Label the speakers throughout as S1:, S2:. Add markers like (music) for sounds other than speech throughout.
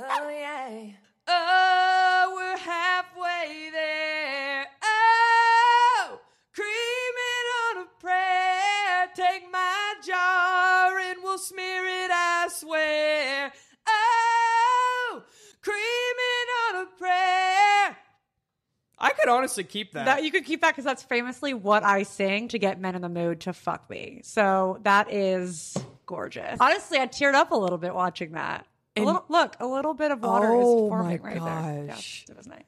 S1: Oh yeah. Oh, we're halfway there. Oh, creaming on a prayer. Take my jar and we'll smear it. I swear. Oh, creaming on a prayer. I could honestly keep that.
S2: That you could keep that because that's famously what I sing to get men in the mood to fuck me. So that is gorgeous. Honestly, I teared up a little bit watching that. A little, look, a little bit of water
S1: Oh
S2: is forming
S1: my
S2: right there.
S1: gosh.
S2: Yeah, it was nice.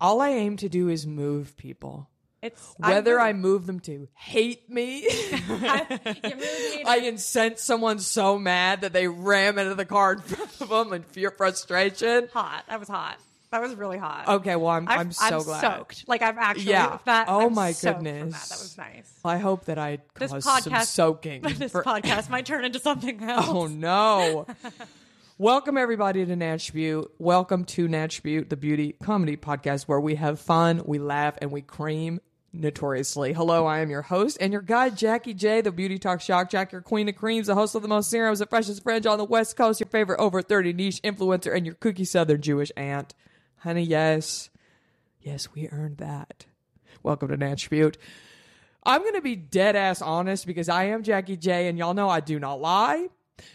S1: All I aim to do is move people.
S2: It's
S1: Whether I move them to hate
S2: (laughs)
S1: me,
S2: you really need
S1: I (laughs) can sense someone so mad that they ram into the car in front of them in fear frustration.
S2: hot. That was hot. That was really hot.
S1: Okay, well I'm
S2: I've-
S1: I'm, so glad.
S2: soaked. Like I've actually.
S1: Yeah.
S2: That,
S1: Oh
S2: I'm
S1: my
S2: soaked from that.
S1: goodness.
S2: That. was nice.
S1: I hope that I
S2: This
S1: caused some
S2: podcast.
S1: soaking.
S2: (laughs) This
S1: for-
S2: podcast might turn into something else.
S1: (laughs) oh no. Welcome everybody to Natchbute. Welcome to Natchbute, the beauty comedy podcast where we have fun, we laugh, and we cream notoriously. Hello, I am your host and your guide, Jackie J, the beauty talk shock jack, your queen of creams, the host of the most serums, the freshest fringe on the West Coast, your favorite over 30 niche influencer, and your cookie southern Jewish aunt. Honey, yes. Yes, we earned that. Welcome to Natchbute. I'm going to be dead ass honest because I am Jackie J, and y'all know I do not lie.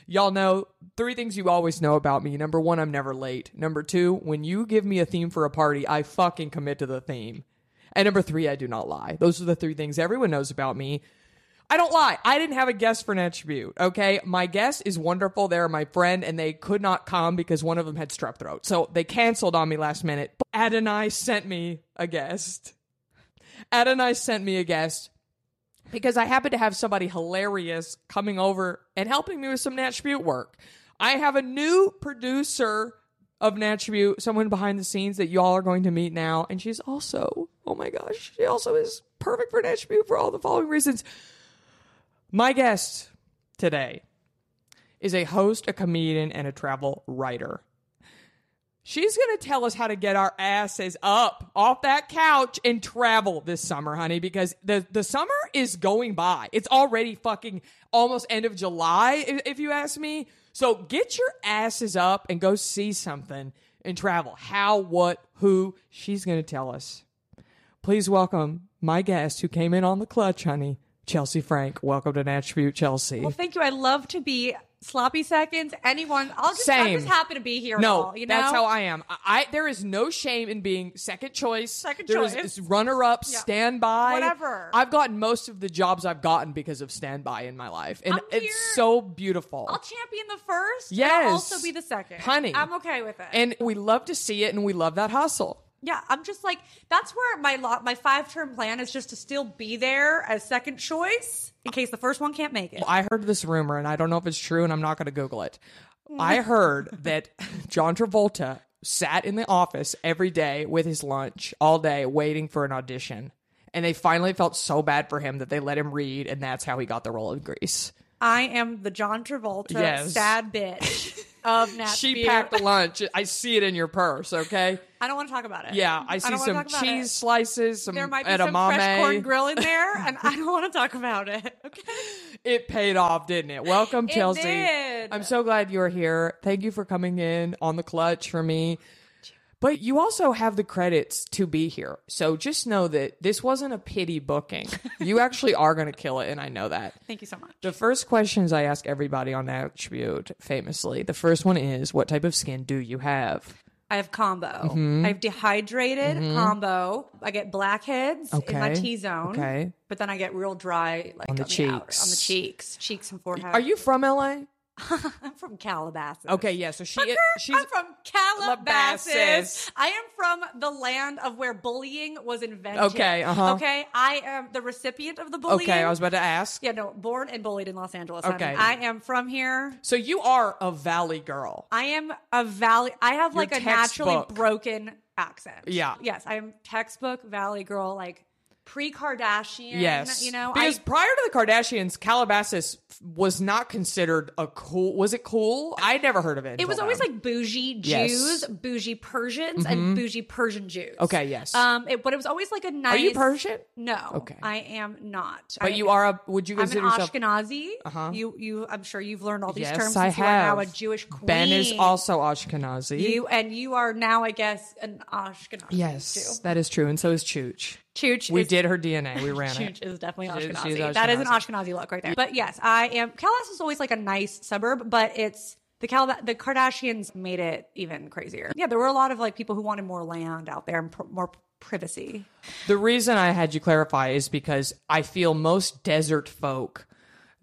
S1: Y'all know three things you always know about me. Number one, I'm never late. Number two, when you give me a theme for a party, I fucking commit to the theme. And number three, I do not lie. Those are the three things everyone knows about me. I don't lie. I didn't have a guest for an attribute. Okay. My guest is wonderful. They're my friend and they could not come because one of them had strep throat. So they canceled on me last minute. But Adonai sent me a guest. Adonai sent me a guest because I happen to have somebody hilarious coming over and helping me with some Natribute work. I have a new producer of Natribute, someone behind the scenes that y'all are going to meet now, and she's also, oh my gosh, she also is perfect for Natribute for all the following reasons. My guest today is a host, a comedian, and a travel writer. She's going to tell us how to get our asses up off that couch and travel this summer, honey, because the, the summer is going by. It's already fucking almost end of July, if, if you ask me. So get your asses up and go see something and travel. How, what, who, she's going to tell us. Please welcome my guest who came in on the clutch, honey, Chelsea Frank. Welcome to Attribute, Chelsea.
S2: Well, thank you. I love to be sloppy seconds. Anyone, I'll just, I'm
S1: Same.
S2: just happy to be here. at
S1: No,
S2: all, you know
S1: that's how I am. I, I there is no shame in being second choice.
S2: Second
S1: There is-
S2: choice.
S1: it's runner-up, standby,
S2: Whatever.
S1: I've gotten most of the jobs I've gotten because of standby in my life, and
S2: I'm here.
S1: it's so beautiful.
S2: I'll champion the first. and
S1: Yes.
S2: I'll also be the second.
S1: Honey.
S2: I'm okay with it.
S1: and we love to see it, and we love that hustle.
S2: yeah, I'm just like that's where my lo- my five term plan is just to still be there as second choice in case the first one can't make it.
S1: I heard this rumor, and I don't know if it's true, and I'm not going to Google it. I heard that (laughs) John Travolta sat in the office every day with his lunch all day waiting for an audition. And they finally felt so bad for him that they let him read, and that's how he got the role of Grease.
S2: I am the John Travolta
S1: Yes.
S2: sad bitch
S1: (laughs)
S2: of Nat.
S1: She
S2: Spear.
S1: packed a lunch. I see it in your purse, okay?
S2: I don't want to talk about it.
S1: Yeah, I see
S2: don't wanna
S1: some
S2: talk about
S1: cheese
S2: it.
S1: slices, some
S2: There might be some
S1: edamame.
S2: fresh corn grill
S1: (laughs)
S2: in there, and I don't want to talk about it. Okay.
S1: it paid off, didn't it? Welcome,
S2: (laughs) It
S1: Chelsea.
S2: did.
S1: I'm so glad you're here. Thank you for coming in on the clutch for me. But you also have the credits to be here. So just know that this wasn't a pity
S2: (laughs)
S1: booking. you actually are going to kill it, and I know that.
S2: Thank you so much.
S1: The first questions I ask everybody on Attribute, famously, the first one is what type of skin do you have?
S2: I have combo.
S1: Mm-hmm.
S2: I have dehydrated combo. I get blackheads in my
S1: Okay.
S2: T zone.
S1: Okay.
S2: But then I get real dry like on
S1: the
S2: the, outer- on the
S1: cheeks.
S2: Uh, cheeks, cheeks and forehead.
S1: Are you from LA?
S2: I'm from Calabasas.
S1: Okay, yeah. So she she's
S2: I'm from Calabasas.
S1: Calabasas.
S2: I am from the land of where bullying was invented.
S1: Okay, uh-huh.
S2: Okay, I am the recipient of the bullying.
S1: okay. I was about to ask.
S2: yeah, no, born and bullied in Los Angeles. I'm-
S1: Okay.
S2: I am from here.
S1: So you are a valley girl.
S2: I am a valley. I have
S1: You're
S2: like a naturally
S1: textbook.
S2: broken accent.
S1: Yeah.
S2: Yes, I am textbook valley girl, like pre Kardashian.
S1: Yes,
S2: You know,
S1: because
S2: I,
S1: prior to the Kardashians, Calabasas was not considered a cool. Was it cool? I never heard of it.
S2: it was
S1: until
S2: always
S1: then.
S2: like bougie
S1: Yes. Mm-hmm.
S2: Jews, bougie Persians, and bougie Persian Jews.
S1: Okay, yes.
S2: Um, it, but it was always like a nice.
S1: Are you Persian?
S2: No.
S1: Okay.
S2: I am not.
S1: But
S2: I-
S1: you are a. Would you
S2: I'm
S1: consider
S2: an
S1: yourself?
S2: Ashkenazi. Uh-huh. You, you. I'm sure you've learned all these
S1: yes,
S2: terms.
S1: I
S2: since
S1: have.
S2: You are now a Jewish queen.
S1: Ben is also Ashkenazi.
S2: You and you are now, I guess, an Ashkenazi.
S1: yes, that is true, and so is Chooch.
S2: Jew. Chooch
S1: We
S2: is
S1: did her DNA. We ran
S2: Chooch
S1: it.
S2: is definitely
S1: She-
S2: Ashkenazi.
S1: she's
S2: That is an
S1: Ashkenazi.
S2: Ashkenazi look right there. But yes, I am. Calabasas is always like a nice suburb, but it's the Calab- the Kardashians made it even crazier. Yeah, there were a lot of like people who wanted more land out there and pr- more privacy.
S1: The reason I had you clarify is because I feel most desert folk.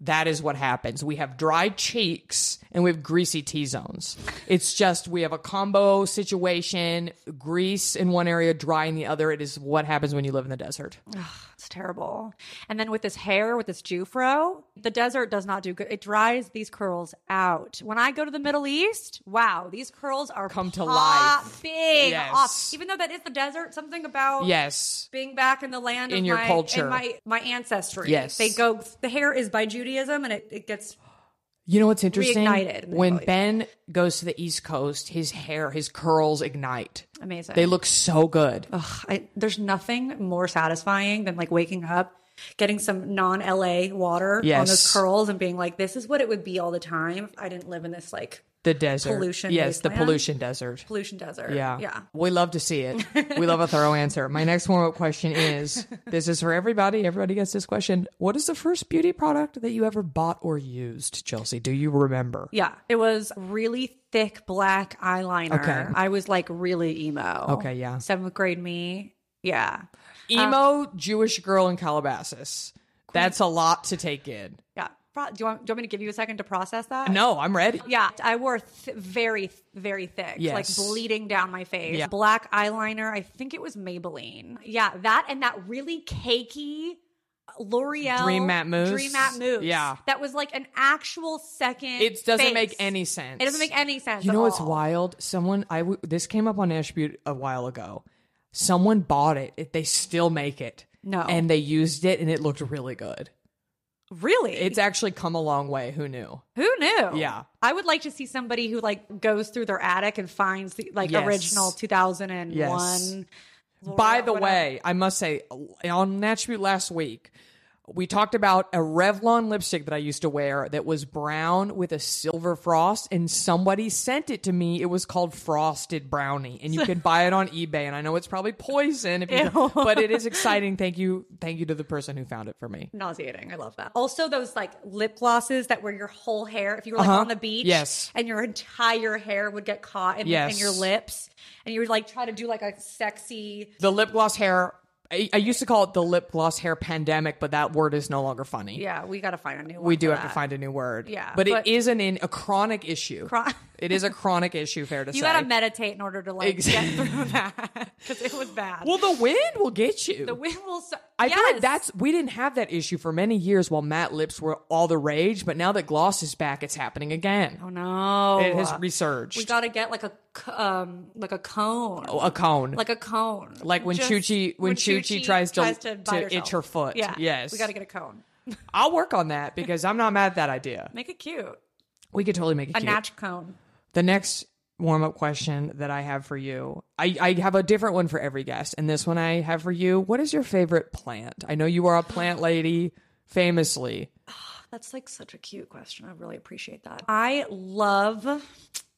S1: That is what happens. We have dry cheeks and we have greasy T zones. It's just we have a combo situation, grease in one area, dry in the other. It is what happens when you live in the desert.
S2: It's terrible. And then with this hair, with this Jufro, the desert does not do good. It dries these curls out. When I go to the Middle East, wow, these curls are
S1: Come to life.
S2: Big
S1: Yes.
S2: off. Even though that is the desert, something about
S1: Yes.
S2: being back in the land
S1: In
S2: of
S1: your
S2: my,
S1: culture.
S2: in my my ancestry.
S1: Yes.
S2: they go. The hair is by Judaism, and it, it gets
S1: You know what's interesting?
S2: Reignited in the
S1: When
S2: Middle East.
S1: Ben goes to the East Coast, his hair, his curls ignite.
S2: amazing.
S1: They look so good.
S2: Ugh, I, there's nothing more satisfying than like waking up, getting some non LA water on
S1: Yes.
S2: those curls, and being like, this is what it would be all the time if I didn't live in this like
S1: The desert.
S2: pollution
S1: Yes, the
S2: wasteland.
S1: pollution desert.
S2: pollution desert.
S1: Yeah.
S2: Yeah.
S1: We love to see it. We love a thorough answer. My next warm up question is this is for everybody. Everybody gets this question. What is the first beauty product that you ever bought or used, Chelsea? Do you remember?
S2: Yeah. It was really thick black eyeliner.
S1: Okay.
S2: I was like really emo.
S1: Okay, yeah.
S2: Seventh grade me. Yeah.
S1: Emo Jewish girl in Calabasas. That's a lot to take in.
S2: Yeah. Pro- do, you want, do you want me to give you a second to process that?
S1: No, I'm ready.
S2: Yeah, I wore th- very, th- very thick,
S1: Yes.
S2: like bleeding down my face.
S1: Yeah.
S2: Black eyeliner. I think it was Maybelline. Yeah, that and that really cakey L'Oreal
S1: Dream Matte Mousse.
S2: Dream Matte Mousse.
S1: Yeah.
S2: that was like an actual second.
S1: It doesn't
S2: face.
S1: make any sense.
S2: It doesn't make any sense.
S1: You
S2: at
S1: know what's
S2: all.
S1: wild? Someone I w- this came up on Ashbute a while ago. Someone bought it. It- They still make it.
S2: No.
S1: And they used it and it looked really good.
S2: Really,
S1: It's actually come a long way. Who knew?
S2: who knew?
S1: Yeah.
S2: I would like to see somebody who like goes through their attic and finds the like
S1: Yes.
S2: original two thousand and one.
S1: Yes. By the way, I must say, on Attribute last week, we talked about a Revlon lipstick that I used to wear that was brown with a silver frost, and somebody sent it to me. It was called Frosted Brownie, and you can buy it on eBay. And I know it's probably poison, if you don't, but it is exciting. Thank you, thank you to the person who found it for me.
S2: nauseating. I love that. Also, those like lip glosses that were your whole hair. If you were like on the beach,
S1: Yes.
S2: and your entire hair would get caught in,
S1: Yes.
S2: in your lips, and you would like try to do like a sexy.
S1: The lip gloss hair. I, I used to call it the lip gloss hair pandemic, but that word is no longer funny.
S2: Yeah, we got to find a new. one
S1: We do
S2: for
S1: have to
S2: that.
S1: find a new word.
S2: Yeah,
S1: But,
S2: but-
S1: it is an in, a chronic issue.
S2: Chron- (laughs)
S1: it is a chronic issue, fair to say.
S2: You got to meditate in order to like
S1: Ex-
S2: get through (laughs) that because it was bad.
S1: well, the wind will get you.
S2: the wind will. So-
S1: I
S2: yes.
S1: feel like that's we didn't have that issue for many years while matte lips were all the rage, but now that gloss is back, it's happening again.
S2: Oh no!
S1: It has resurged.
S2: we got to get like a c- um like a cone.
S1: a cone.
S2: like Oh, a cone.
S1: Like when Chuchi- when Chuchi tries to-
S2: bite
S1: to itch
S2: herself.
S1: her foot.
S2: Yeah.
S1: Yes.
S2: We got to get a cone.
S1: I'll work on that because I'm not mad at that idea.
S2: Make it cute.
S1: We could totally make it
S2: A
S1: cute.
S2: natch cone.
S1: the next warm up question that I have for you, I, I have a different one for every guest, and this one I have for you. What is your favorite plant? I know you are a plant lady, famously.
S2: That's like such a cute question. I really appreciate that. I love.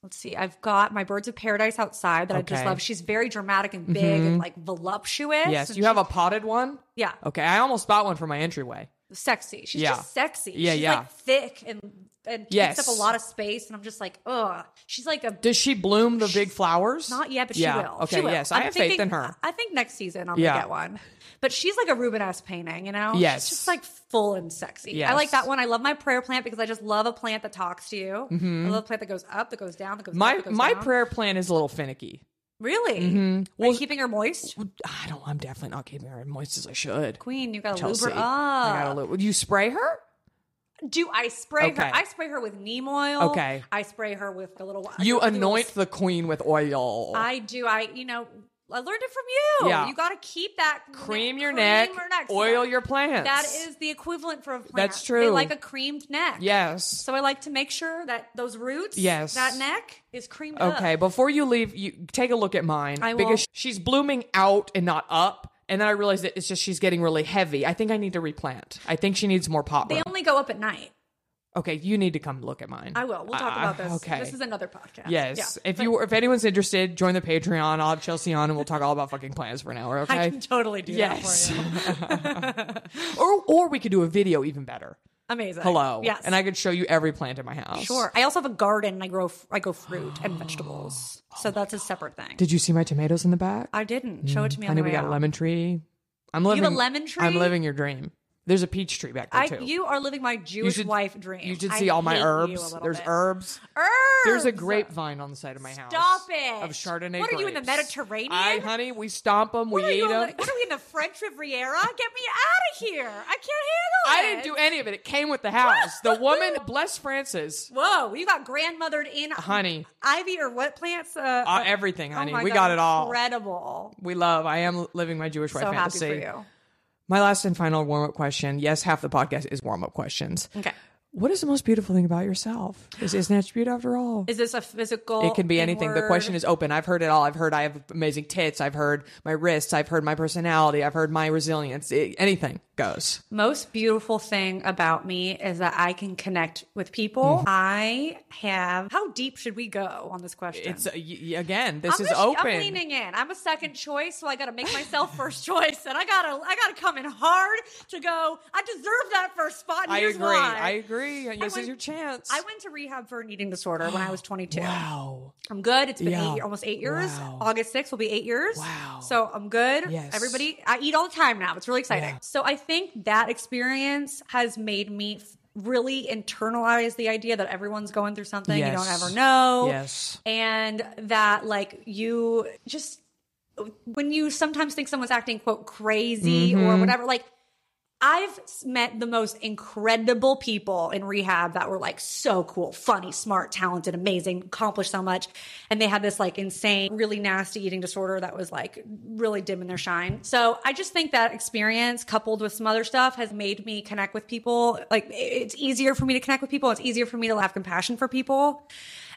S2: Let's see. I've got my birds of paradise outside that I just
S1: Okay. Mm-hmm.
S2: love. She's very dramatic and big and like voluptuous.
S1: Yes,
S2: and
S1: you have a potted one.
S2: yeah.
S1: Okay, I almost bought one for my entryway.
S2: sexy. She's
S1: Yeah.
S2: just sexy.
S1: Yeah,
S2: She's
S1: yeah.
S2: like thick and and
S1: Yes.
S2: takes up a lot of space. And I'm just like, ugh. She's like a
S1: Does she bloom the big flowers?
S2: not yet, but she will.
S1: Okay,
S2: She will.
S1: yes,
S2: I'm
S1: I have faith
S2: thinking-
S1: in her.
S2: I think next season I'm
S1: Yeah.
S2: gonna get one. But she's like a Rubenesque painting, you know?
S1: Yes.
S2: She's just like full and sexy.
S1: Yes.
S2: I like that one. I love my prayer plant because I just love a plant that talks to you. I love a plant that goes up, that goes down, that goes
S1: Mm-hmm.
S2: up,
S1: My
S2: that goes
S1: my
S2: down.
S1: prayer plan is a little finicky.
S2: Really? Well,
S1: Well-
S2: Are you keeping her moist?
S1: I don't. I'm definitely not keeping her as moist as I should.
S2: Queen, you gotta
S1: Chelsea,
S2: lube her
S1: I
S2: up.
S1: gotta lube- You spray her?
S2: Do I spray
S1: Okay.
S2: her? I spray her with neem oil.
S1: Okay.
S2: I spray her with a little. I
S1: You
S2: do a little
S1: anoint the queen with oil.
S2: I do. I you know I learned it from you.
S1: Yeah.
S2: You got to keep that
S1: cream
S2: ne-
S1: your neck,
S2: your neck. So
S1: oil
S2: that-
S1: your plants.
S2: That is the equivalent for a plant.
S1: That's
S2: They
S1: true.
S2: like a creamed neck.
S1: yes.
S2: So I like to make sure that those roots,
S1: Yes.
S2: that neck is creamed up.
S1: Okay, before you leave, you take a look at mine
S2: I will.
S1: because she's blooming out and not up. And then I realized that it's just she's getting really heavy. I think I need to replant. I think she needs more pot
S2: They
S1: room.
S2: only go up at night.
S1: okay, you need to come look at mine.
S2: I will. We'll talk about
S1: Uh,
S2: this.
S1: Okay.
S2: This is another podcast.
S1: yes.
S2: Yeah.
S1: if you if anyone's interested, join the Patreon. I'll have Chelsea on, and we'll talk all about fucking plants for an hour. Okay.
S2: I can totally do
S1: yes.
S2: that for you.
S1: or or we could do a video even better.
S2: Amazing.
S1: Hello.
S2: Yes.
S1: And I could show you every plant in my house.
S2: Sure. I also have a garden. and I grow. f- I grow fruit and
S1: (gasps)
S2: vegetables. So that's a separate thing.
S1: Did you see my tomatoes in the back?
S2: I didn't show it to me. On
S1: I know
S2: the
S1: we
S2: way
S1: got a
S2: out.
S1: lemon tree. I'm
S2: have
S1: living
S2: a lemon
S1: I'm
S2: tree?
S1: living your dream. There's a peach tree back there
S2: I,
S1: too.
S2: you are living my Jewish
S1: should-
S2: wife dream.
S1: You should
S2: I
S1: see all my
S2: hate you a
S1: herbs.
S2: little
S1: There's
S2: bit.
S1: herbs.
S2: Herbs.
S1: There's a grapevine on the side of my house.
S2: Stop it.
S1: Of Chardonnay.
S2: What are you, in the
S1: grapes.
S2: Mediterranean?
S1: I, honey, we stomp them.
S2: What
S1: we
S2: are,
S1: eat
S2: you,
S1: them.
S2: what are we in the French Riviera? Get me out of here! I can't handle
S1: I
S2: it.
S1: didn't do any of it. It came with the house. the woman, bless Francis,
S2: Whoa, you got grandmothered in
S1: honey,
S2: ivy or what plants? Uh,
S1: uh, everything,
S2: oh
S1: honey.
S2: my
S1: we
S2: God,
S1: got it all.
S2: Incredible.
S1: We love. I am living my Jewish white
S2: So happy
S1: fantasy.
S2: for you.
S1: My last and final warm up question. Yes, half the podcast is warm up questions.
S2: Okay.
S1: What is the most beautiful thing about yourself? Is isn't that beauty after all?
S2: Is this a physical?
S1: It can be anything. The
S2: inward-
S1: question is open. I've heard it all. I've heard I have amazing tits. I've heard my wrists. I've heard my personality. I've heard my resilience. It- anything goes.
S2: most beautiful thing about me is that I can connect with
S1: Mm-hmm.
S2: people. I have. How deep should we go on this question?
S1: It's uh, y- y- again.
S2: I'm
S1: This is
S2: just-
S1: open.
S2: I'm leaning in. I'm a second choice, so I got to make myself (laughs) first choice, and I gotta I gotta come in hard to go. I deserve that first spot. and
S1: I
S2: here's
S1: agree.
S2: why."
S1: I agree. This
S2: went-
S1: is your chance.
S2: I went to rehab for an eating disorder when I
S1: (gasps)
S2: was 22.
S1: wow.
S2: I'm good. It's been
S1: Yeah.
S2: eight, almost eight years.
S1: Wow.
S2: August 6th will be eight years.
S1: Wow.
S2: So I'm good.
S1: Yes.
S2: Everybody, I eat all the time now. It's really exciting. So I think that experience has made me f- really internalize the idea that everyone's going through something you don't
S1: Yes.
S2: ever know.
S1: Yes.
S2: And that, like, you just, when you sometimes think someone's acting, quote, crazy or whatever, like, I've s- met the most incredible people in rehab that were like so cool, funny, smart, talented, amazing, accomplished so much. And they had this like insane, really nasty eating disorder that was like really dim in their shine. So I just think that experience coupled with some other stuff has made me connect with people. Like i- it's easier for me to connect with people. It's easier for me to have compassion for people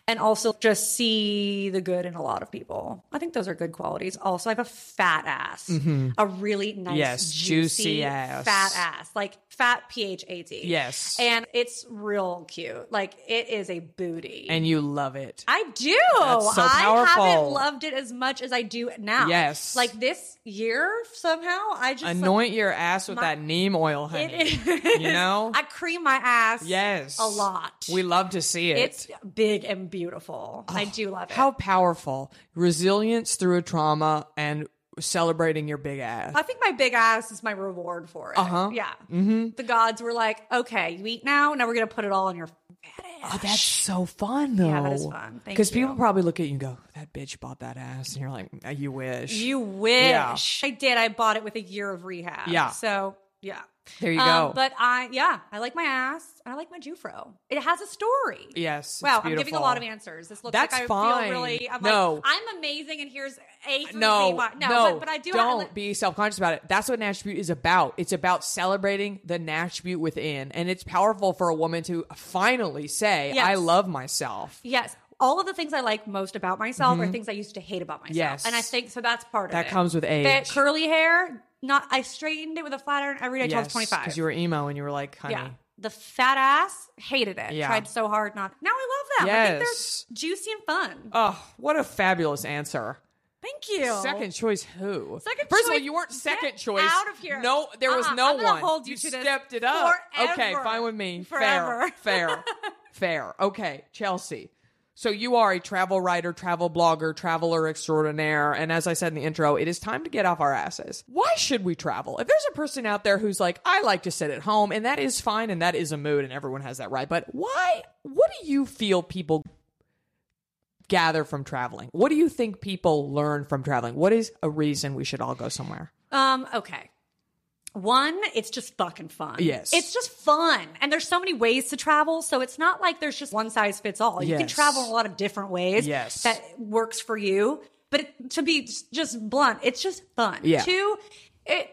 S2: and also just see the good in a lot of people. I think those are good qualities. Also, I have a fat ass, a really nice,
S1: Yes,
S2: juicy,
S1: juicy ass.
S2: fat ass, like fat P H A T.
S1: Yes.
S2: and it's real cute. Like it is a booty.
S1: And you love it.
S2: I do.
S1: That's so
S2: I haven't
S1: powerful.
S2: loved it as much as I do now.
S1: Yes.
S2: like this year somehow I just like,
S1: Anoint your ass with that neem oil, honey.
S2: it is-
S1: You know.
S2: (laughs) I cream my ass.
S1: yes.
S2: a lot.
S1: We love to see it. Oh,
S2: it's big and beautiful. I do love it.
S1: How powerful resilience through a trauma and celebrating your big ass.
S2: I think my big ass is my reward for it. Uh-huh. Yeah. Mm-hmm. The gods were like, okay, you eat now. Now we're going to put it all in your fat ass.
S1: Oh, that's so fun though.
S2: that is fun. Thank
S1: Because
S2: you.
S1: people probably look at you and go, "That bitch bought that ass," and you're like, "Uh, "You wish."
S2: You
S1: Yeah.
S2: wish. I did. I bought it with a year of rehab.
S1: Yeah.
S2: So, yeah.
S1: There you go.
S2: um, But I, yeah, I like my ass and I like my Jufro. It has a story.
S1: yes. it's
S2: Wow, I'm giving a lot of
S1: beautiful.
S2: answers. This looks
S1: That's
S2: like I
S1: fine.
S2: feel really. I'm
S1: No.
S2: like, I'm amazing, and here's a through Z.
S1: No,
S2: why-
S1: no,
S2: but, but I do.
S1: Don't
S2: I,
S1: be self-conscious about it. That's what an attribute is about. It's about celebrating the attribute within, and it's powerful for a woman to finally say,
S2: Yes.
S1: "I love myself."
S2: Yes. All of the things I like most about myself are things I used to hate about myself.
S1: Mm-hmm. Yes.
S2: And I think so that's part of
S1: That
S2: it.
S1: comes with age.
S2: That curly hair, not I straightened it with a flat iron every day till I was
S1: Yes,
S2: 25.
S1: you were emo and you were like, "Honey."
S2: yeah. The fat ass hated it.
S1: Yeah.
S2: Tried so hard not. Now I love them. I
S1: Yes.
S2: think they're juicy and fun.
S1: Oh, what a Oh, fabulous answer.
S2: Thank you.
S1: Second choice who?
S2: Second
S1: First of all,
S2: choice-
S1: you weren't second
S2: get
S1: choice.
S2: out of here.
S1: No, there was
S2: Uh-uh,
S1: no
S2: I'm gonna
S1: one.
S2: hold you to this
S1: stepped it up. Okay,
S2: forever.
S1: fine with me.
S2: Forever.
S1: Fair.
S2: (laughs)
S1: Fair. fair. Okay, Chelsea. So you are a travel writer, travel blogger, traveler extraordinaire, and as I said in the intro, it is time to get off our asses. Why should we travel? If there's a person out there who's like, I like to sit at home, and that is fine and that is a mood and everyone has that right, but why what do you feel people gather from traveling? What do you think people learn from traveling? What is a reason we should all go somewhere?
S2: Um, okay. One, it's just fucking fun.
S1: Yes.
S2: It's just fun. And there's so many ways to travel. So it's not like there's just one size fits all. You can
S1: Yes.
S2: travel in a lot of different ways.
S1: Yes.
S2: That works for you. But it, to be s- just blunt, it's just fun.
S1: Yeah.
S2: Two, it,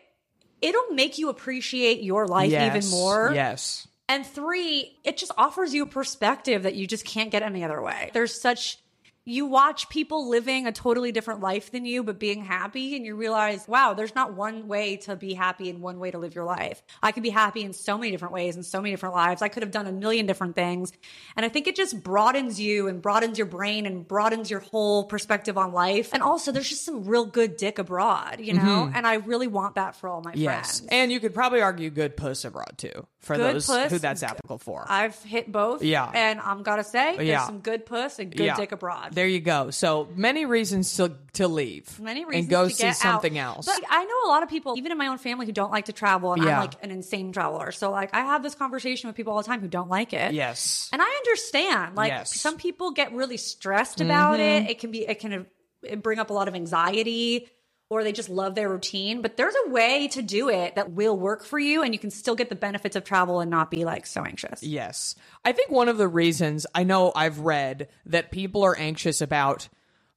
S2: it'll make you appreciate your life even more.
S1: Yes.
S2: And three, it just offers you a perspective that you just can't get any other way. There's such you watch people living a totally different life than you, but being happy, and you realize, wow, there's not one way to be happy and one way to live your life. I could be happy in so many different ways and so many different lives. I could have done a million different things. And I think it just broadens you and broadens your brain and broadens your whole perspective on life. And also, there's just some real good dick abroad, you know? And I really want that for all my
S1: Yes.
S2: friends.
S1: And you could probably argue good puss abroad too for
S2: Good
S1: those
S2: puss,
S1: who that's applicable for.
S2: I've hit both.
S1: Yeah.
S2: And I'm gotta say, there's
S1: Yeah.
S2: some good puss and good dick abroad.
S1: There you go. So many reasons to to leave.
S2: Many reasons
S1: and go
S2: to
S1: see
S2: get
S1: something
S2: out.
S1: else.
S2: But I know a lot of people, even in my own family, who don't like to travel, and
S1: Yeah.
S2: I'm like an insane traveler. So like I have this conversation with people all the time who don't like it.
S1: yes.
S2: And I understand. Like
S1: Yes. Mm-hmm.
S2: some people get really stressed about it. It can be it can uh, bring up a lot of anxiety or they just love their routine, but there's a way to do it that will work for you and you can still get the benefits of travel and not be like so anxious.
S1: Yes. I think one of the reasons I know I've read that people are anxious about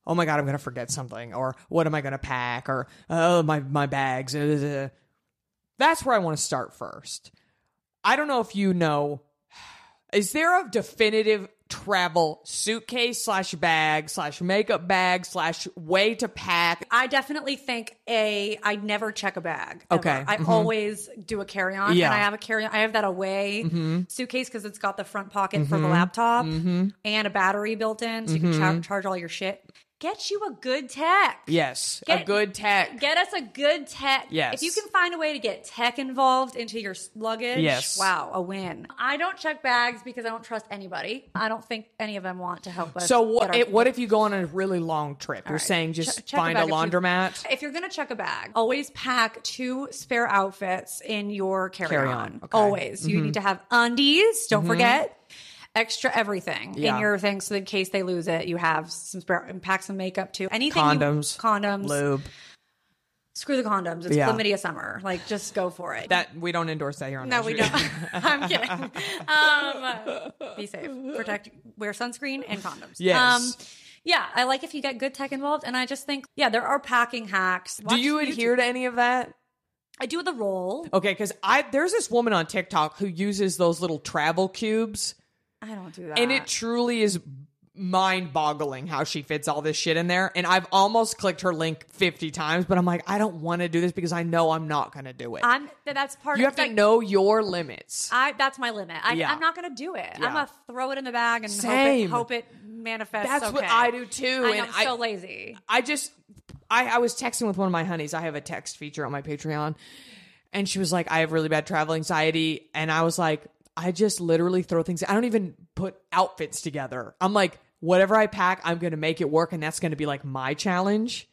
S1: oh my god, I'm going to forget something or what am I going to pack or oh my my bags. uh, That's where I want to start first. I don't know if you know is there a definitive travel suitcase slash bag slash makeup bag slash way to pack
S2: I definitely think a I never check a bag. ever.
S1: Okay. mm-hmm.
S2: I always do a carry on,
S1: Yeah. Mm-hmm.
S2: and I have a carry on. I have that away suitcase because it's got the front pocket for the laptop and a battery built in, so you can
S1: Mm-hmm.
S2: char- charge all your shit. Get you a good tech.
S1: Yes, a
S2: Get-
S1: good tech.
S2: Get us a good tech.
S1: Yes.
S2: If you can find a way to get tech involved into your s- luggage,
S1: Yes.
S2: wow, a win. I don't check bags because I don't trust anybody. I don't think any of them want to help us.
S1: so
S2: get
S1: what?
S2: our-
S1: It, what if you go on a really long trip? You're saying just
S2: Ch- check
S1: find a,
S2: bag if you-
S1: laundromat.
S2: If you're going to check a bag, always pack two spare outfits in your carry-on.
S1: Carry-on, okay. Mm-hmm.
S2: Always. You need to have undies, don't forget. Extra everything
S1: Yeah.
S2: in your thing so in case they lose it, you have some spare and pack some makeup too. Anything you-
S1: Condoms,
S2: condoms,
S1: lube.
S2: screw the condoms. It's
S1: Yeah.
S2: chlamydia summer. Like just go for it.
S1: That Uh, we don't endorse that here on.
S2: no,
S1: Nashville.
S2: we
S1: (laughs)
S2: don't. I'm kidding. Um, be safe. Protect. Wear sunscreen and condoms. Um,
S1: Yes.
S2: yeah, I like if you get good tech involved, and I just think, yeah, there are packing hacks.
S1: Do
S2: Um, Watch
S1: you
S2: YouTube.
S1: adhere to any of that?
S2: I do the roll.
S1: Okay, because I there's this woman on TikTok who uses those little travel cubes,
S2: I don't do that.
S1: and it truly is mind-boggling how she fits all this shit in there. And I've almost clicked her link 50 times, but I'm like, I don't want to do this because I know I'm not going to do it.
S2: I'm th- that's part.
S1: you
S2: of
S1: have to know your limits.
S2: I that's my limit. I,
S1: Yeah.
S2: I'm not gonna do it.
S1: Yeah.
S2: I'm gonna throw it in the bag and
S1: Same.
S2: hope it, hope it manifests.
S1: That's what
S2: okay.
S1: I do too,
S2: I know,
S1: and
S2: I'm
S1: I-
S2: so lazy.
S1: I just I, I was texting with one of my honeys. I have a text feature on my Patreon. And she was like, I have really bad travel anxiety. And I was like, I just literally throw things. I don't even put outfits together. I'm like, whatever I pack, I'm gonna make it work, and that's gonna be like my challenge.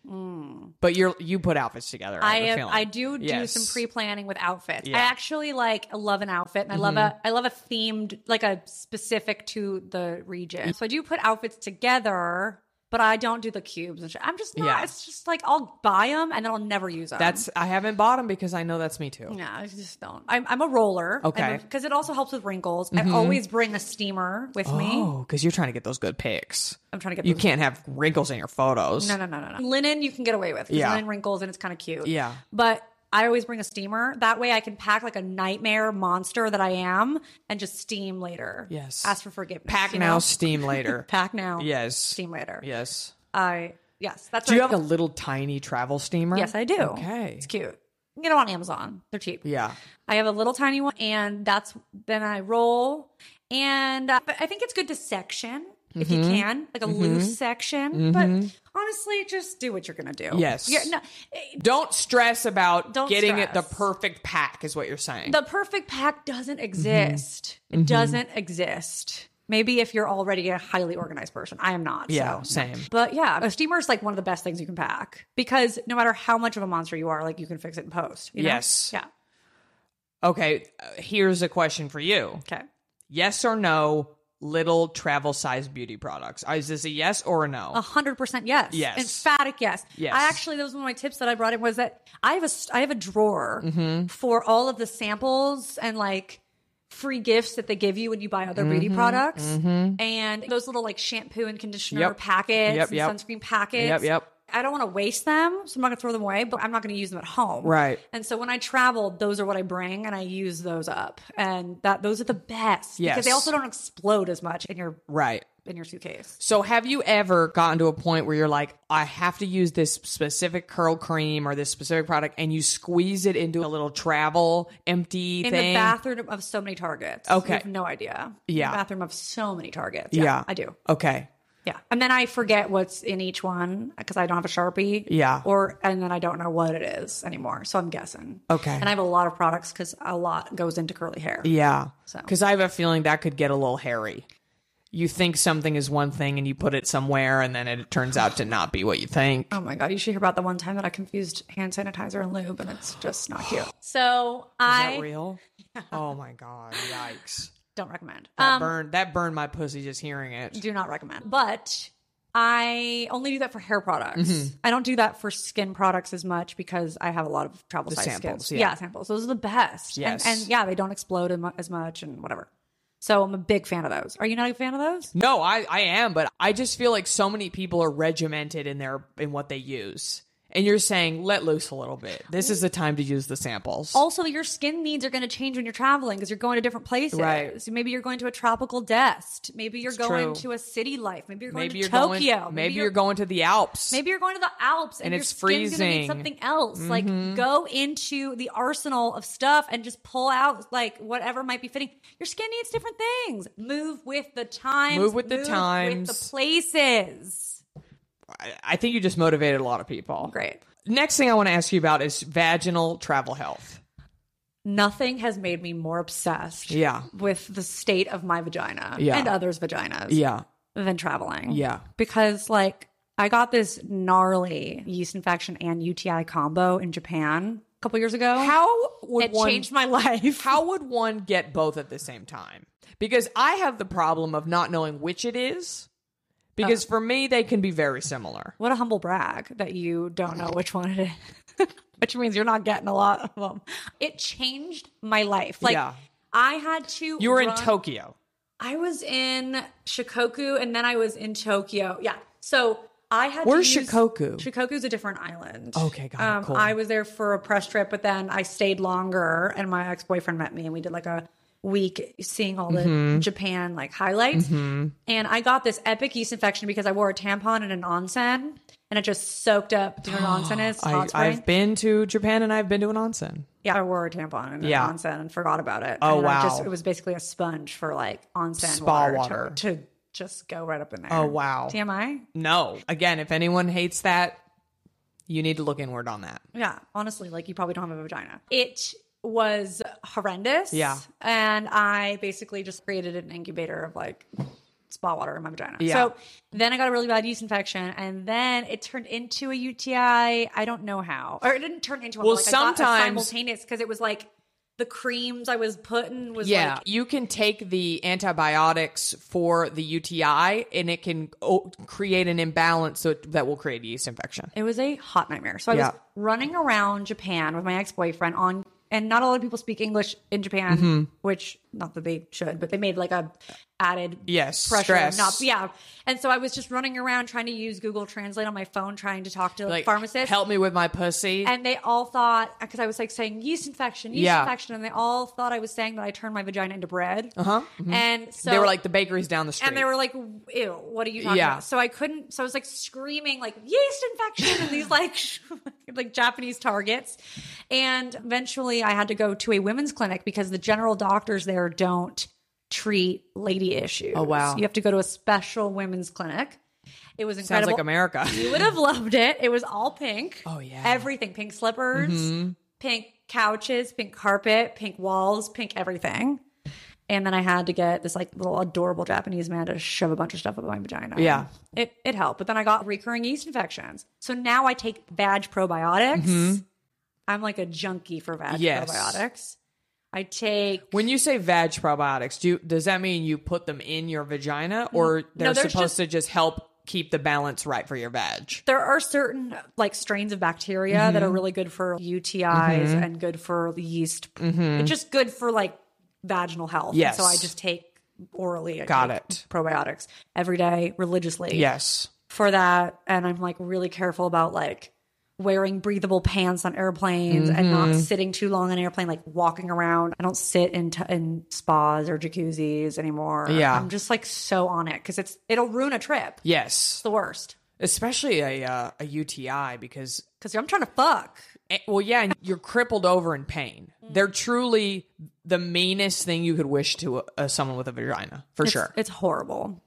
S1: But you're you put outfits together.
S2: Mm. I
S1: have a
S2: am,
S1: feeling.
S2: I do do
S1: Yes.
S2: some pre planning with outfits.
S1: Yeah. Mm-hmm.
S2: I actually like love an outfit, and I love a I love a themed like a specific to the region. So I do put outfits together. But I don't do the cubes and shit. I'm just not.
S1: Yeah.
S2: It's just like I'll buy them and then I'll never use them.
S1: That's I haven't bought them because I know that's me too.
S2: No, I just don't. I'm, I'm a roller.
S1: Okay. Mm-hmm.
S2: Because it also helps with wrinkles. I always bring a steamer with me.
S1: Oh, because you're trying to get those good pics.
S2: I'm trying to get
S1: You
S2: those-
S1: can't have wrinkles in your photos.
S2: No, no, no, no, no. Linen, you can get away with. 'cause
S1: Yeah.
S2: Linen wrinkles and it's kind of cute.
S1: Yeah.
S2: But I always bring a steamer. That way I can pack like a nightmare monster that I am and just steam later.
S1: Yes.
S2: Ask for forgiveness.
S1: Pack
S2: you
S1: now,
S2: know?
S1: steam later.
S2: (laughs) Pack now.
S1: Yes.
S2: Steam later.
S1: Yes.
S2: I, yes. That's
S1: Do you
S2: what
S1: have a little tiny travel steamer?
S2: Yes, I do.
S1: Okay.
S2: It's cute. You get it on Amazon. They're cheap.
S1: Yeah.
S2: I have a little tiny one, and that's then I roll.
S1: Mm-hmm.
S2: And uh, but I think it's good to section if you can, like a loose section. But on honestly, just do what you're gonna do.
S1: Yes.
S2: Yeah, no,
S1: Don't stress about
S2: Don't
S1: getting it the
S2: stress.
S1: perfect pack, is what you're saying.
S2: the perfect pack
S1: Mm-hmm.
S2: doesn't exist. It doesn't exist. Maybe if you're already a highly organized person. I am not.
S1: yeah,
S2: so.
S1: same.
S2: But yeah, a steamer is like one of the best things you can pack because no matter how much of a monster you are, like you can fix it in post. you know?
S1: Yes.
S2: Yeah.
S1: Okay, uh, here's a question for you.
S2: Okay.
S1: Yes or no, little travel size beauty products. Uh, Is this a yes or a no?
S2: A hundred percent yes.
S1: Yes.
S2: Emphatic yes.
S1: Yes.
S2: I actually that was one of my tips that I brought in was that I have a s- I have a drawer
S1: Mm-hmm.
S2: for all of the samples and like free gifts that they give you when you buy other
S1: Mm-hmm.
S2: beauty products and those little like shampoo and conditioner
S1: Yep.
S2: packets
S1: Yep,
S2: and
S1: yep.
S2: sunscreen packets.
S1: Yep, yep.
S2: I don't want to waste them, so I'm not going to throw them away, but I'm not going to use them at home.
S1: Right.
S2: And so when I travel, those are what I bring and I use those up. And that those are the best because they
S1: Yes.
S2: also don't explode as much in your
S1: right.
S2: in your suitcase.
S1: So have you ever gotten to a point where you're like, I have to use this specific curl cream or this specific product and you squeeze it into a little travel empty
S2: in
S1: thing?
S2: the bathroom of so many targets.
S1: Okay.
S2: you have no idea.
S1: Yeah.
S2: the bathroom of so many targets.
S1: yeah,
S2: Yeah, I do.
S1: Okay.
S2: Yeah, and then I forget what's in each one because I don't have a sharpie.
S1: Yeah.
S2: or and then I don't know what it is anymore. So I'm guessing.
S1: Okay.
S2: and I have a lot of products because a lot goes into curly hair.
S1: Yeah.
S2: So-
S1: Because I have a feeling that could get a little hairy. You think something is one thing and you put it somewhere and then it turns out to not be what you think.
S2: (laughs) Oh my god! You should hear about the one time that I confused hand sanitizer and lube, and it's just
S1: (gasps)
S2: not cute. So
S1: Is that
S2: I
S1: real? Oh my god!
S2: (laughs)
S1: Yikes!
S2: don't recommend.
S1: That burned. That burned my pussy just hearing it.
S2: Um, do not recommend. But I only do that for hair products.
S1: Mm-hmm.
S2: I don't do that for skin products as much because I have a lot of travel size
S1: samples,
S2: skin.
S1: yeah.
S2: samples. Those are the best. And-
S1: Yes.
S2: And, yeah, they don't explode as mu- as much and whatever. So I'm a big fan of those. Are you not a fan of those?
S1: No, I I am, but I just feel like so many people are regimented in their in what they use, and you're saying let loose a little bit. This is the time to use the samples.
S2: Also, your skin needs are going to change when you're traveling because you're going to different places.
S1: Right.
S2: So maybe you're going to a tropical dest. Maybe you're going
S1: true.
S2: to a city life. Maybe you're going
S1: maybe
S2: to
S1: you're
S2: Tokyo.
S1: going. Maybe, you're, going to the Alps.
S2: Maybe you're going to the Alps and,
S1: And
S2: your
S1: it's
S2: skin's gonna need
S1: freezing. Mm-hmm.
S2: something else. Like go into the arsenal of stuff and just pull out like whatever might be fitting. Your skin needs different things. Move with the times.
S1: Move with the
S2: With the
S1: times.
S2: places.
S1: I, I think you just motivated a lot of people.
S2: Great.
S1: Next thing I want to ask you about is vaginal travel health.
S2: Nothing has made me more obsessed
S1: Yeah.
S2: with the state of my vagina
S1: Yeah.
S2: and others' vaginas
S1: Yeah.
S2: than traveling.
S1: Yeah.
S2: Because like I got this gnarly yeast infection and UTI combo in Japan a couple years ago.
S1: How would
S2: it
S1: one
S2: changed my
S1: (laughs)
S2: life.
S1: how would one get both at the same time? Because I have the problem of not knowing which it is. Because
S2: Uh.
S1: for me, they can be very similar.
S2: What a humble brag that you don't know which one it is, (laughs) which means you're not getting a lot of them. It changed my life. Like
S1: Yeah.
S2: I had to.
S1: You were in
S2: run-
S1: Tokyo.
S2: I was in Shikoku, and then I was in Tokyo. Yeah. So I had.
S1: Where's
S2: to use-
S1: Shikoku?
S2: Shikoku's a different island.
S1: Okay, got it.
S2: Um,
S1: Cool.
S2: I was there for a press trip, but then I stayed longer, and my ex boyfriend met me, and we did like a week seeing all the
S1: Mm-hmm.
S2: Japan like highlights. And I got this epic yeast infection because I wore a tampon in an onsen, and it just soaked up. Do you know what an onsen is?
S1: (gasps) I,
S2: Hot spring.
S1: I've been to Japan and I've been to an onsen.
S2: Yeah, I wore a tampon in
S1: Yeah.
S2: an onsen and forgot about it.
S1: Oh,
S2: and I just,
S1: wow.
S2: it was basically a sponge for like onsen
S1: Spa
S2: water,
S1: water.
S2: To, to just go right up in there.
S1: Oh, wow.
S2: TMI?
S1: No. Again, if anyone hates that, you need to look inward on that.
S2: Yeah, honestly, like you probably don't have a vagina. It was horrendous.
S1: Yeah.
S2: And I basically just created an incubator of like spa water in my vagina.
S1: Yeah.
S2: So then I got a really bad yeast infection and then it turned into a UTI. I don't know how. Or it didn't turn into one.
S1: Well,
S2: but, like, I got a
S1: sometimes-
S2: simultaneous because it was like the creams I was putting was
S1: Yeah,
S2: like
S1: you can take the antibiotics for the UTI, and it can o- create an imbalance so it, that will create a yeast infection.
S2: It was a hot nightmare. So I
S1: Yeah.
S2: was running around Japan with my ex boyfriend on, and not a lot of people speak English in Japan,
S1: Mm-hmm.
S2: which not that they should, but they made like a added
S1: Yes,
S2: pressure. of
S1: stress.
S2: Not yeah. And so I was just running around trying to use Google Translate on my phone, trying to talk to like,
S1: Like,
S2: pharmacists.
S1: help me with my pussy.
S2: And they all thought because I was like saying yeast infection, yeast
S1: Yeah.
S2: infection, and they all thought I was saying that I turned my vagina into bread. Uh huh. And so
S1: Uh-huh. Mm-hmm. they were like the bakery's down the street.
S2: and they were like, ew, what are you talking
S1: Yeah.
S2: about? So I couldn't, so I was like screaming like yeast infection and these like, (laughs) like Japanese targets. And eventually I had to go to a women's clinic because the general doctors there don't treat lady issues.
S1: Oh, wow.
S2: You have to go to a special women's clinic. It was
S1: Sounds
S2: incredible.
S1: like America.
S2: You would have loved it. It was all pink.
S1: Oh, yeah. Mm-hmm.
S2: Everything pink slippers, pink couches, pink carpet, pink walls, pink everything. And then I had to get this like little adorable Japanese man to shove a bunch of stuff up my vagina.
S1: Yeah.
S2: It it helped. But then I got recurring yeast infections. So now I take Vag probiotics. I'm like a junkie for Vag
S1: Mm-hmm. Yes.
S2: probiotics. I take
S1: (laughs) When you say vag probiotics, do you, does that mean you put them in your vagina, or they're
S2: Mm. there's
S1: supposed
S2: just-
S1: to just help keep the balance right for your vag?
S2: there are certain like strains of bacteria that
S1: Mm-hmm.
S2: are really good for UTIs and good for the yeast. It's just good for like vaginal health. And So I
S1: Mm-hmm. Yes.
S2: just take orally. I
S1: Got
S2: take
S1: it.
S2: Probiotics every day religiously.
S1: Yes.
S2: For that, and I'm like really careful about like wearing breathable pants on airplanes and not
S1: Mm-hmm.
S2: sitting too long on an airplane like walking around i don't sit in t- in spas or jacuzzis anymore
S1: Yeah.
S2: i'm just like so on it because it's it'll ruin a trip it's
S1: Yes.
S2: the worst
S1: Especially a uh, a UTI because
S2: because i'm trying to fuck
S1: eh, well yeah, and you're crippled over in pain. They're truly the meanest thing you could wish to a, a someone with a vagina, for sure.
S2: It's horrible.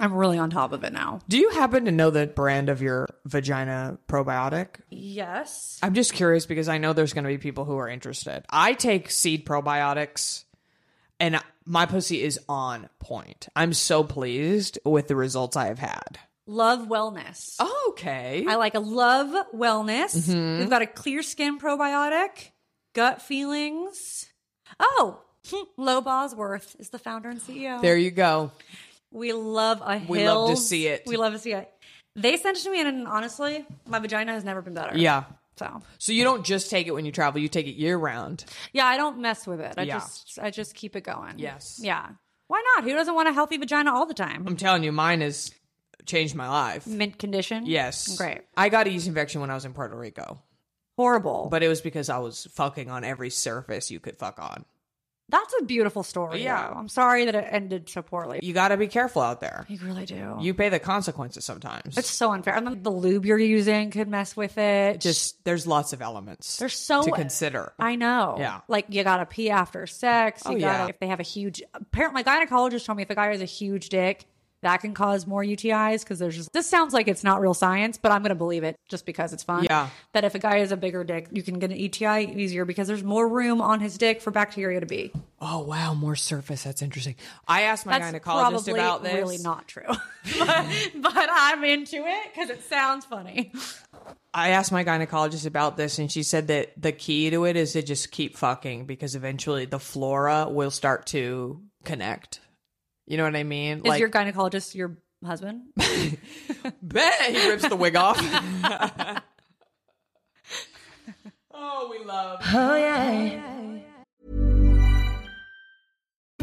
S2: I'm really on top of it now.
S1: Do you happen to know the brand of your vagina probiotic?
S2: Yes.
S1: I'm just curious because I know there's going to be people who are interested. I take seed probiotics and my pussy is on point. I'm so pleased with the results I have had.
S2: Love wellness.
S1: Oh. Okay.
S2: I like a love wellness.
S1: Mm-hmm.
S2: We've got a clear skin probiotic, gut feelings. Oh, (laughs) Lo Bosworth is the founder and CEO.
S1: there you go.
S2: we love a hill.
S1: We love to see it.
S2: We love to see it. They sent it to me, and honestly, my vagina has never been better.
S1: Yeah.
S2: So,
S1: So you don't just take it when you travel, you take it year round.
S2: yeah, I don't mess with it. I
S1: Yeah.
S2: just, I just keep it going.
S1: Yes.
S2: Yeah. Why not? Who doesn't want a healthy vagina all the time?
S1: I'm telling you, mine has changed my life.
S2: Mint condition.
S1: Yes.
S2: Great.
S1: I got a yeast infection when I was in Puerto Rico,
S2: horrible. But
S1: but it was because I was fucking on every surface you could fuck on.
S2: that's a beautiful story.
S1: Yeah.
S2: Yeah, I'm sorry that it ended so poorly.
S1: You got to be careful out there.
S2: You really do.
S1: You pay the consequences sometimes.
S2: it's so unfair. And then the lube you're using could mess with it.
S1: just there's lots of elements
S2: There's so- e-
S1: to consider
S2: I know.
S1: Yeah.
S2: Like you gotta pee after sex. You
S1: Oh,
S2: gotta
S1: yeah.
S2: if they have a huge apparently my gynecologist told me if a guy has a huge dick, that can cause more UTIs because there's just this sounds like it's not real science, but I'm gonna believe it just because it's fun.
S1: Yeah.
S2: That if a guy has a bigger dick, you can get an ETI easier because there's more room on his dick for bacteria to be.
S1: oh wow more surface that's interesting i asked my
S2: That's
S1: gynecologist
S2: probably
S1: about this
S2: really not true, (laughs) but, but I'm into it because it sounds funny.
S1: i asked my gynecologist about this and she said that the key to it is to just keep fucking because eventually the flora will start to connect you know what i mean
S2: Is your gynecologist your husband? (laughs)
S1: bet he rips the wig off (laughs) oh we love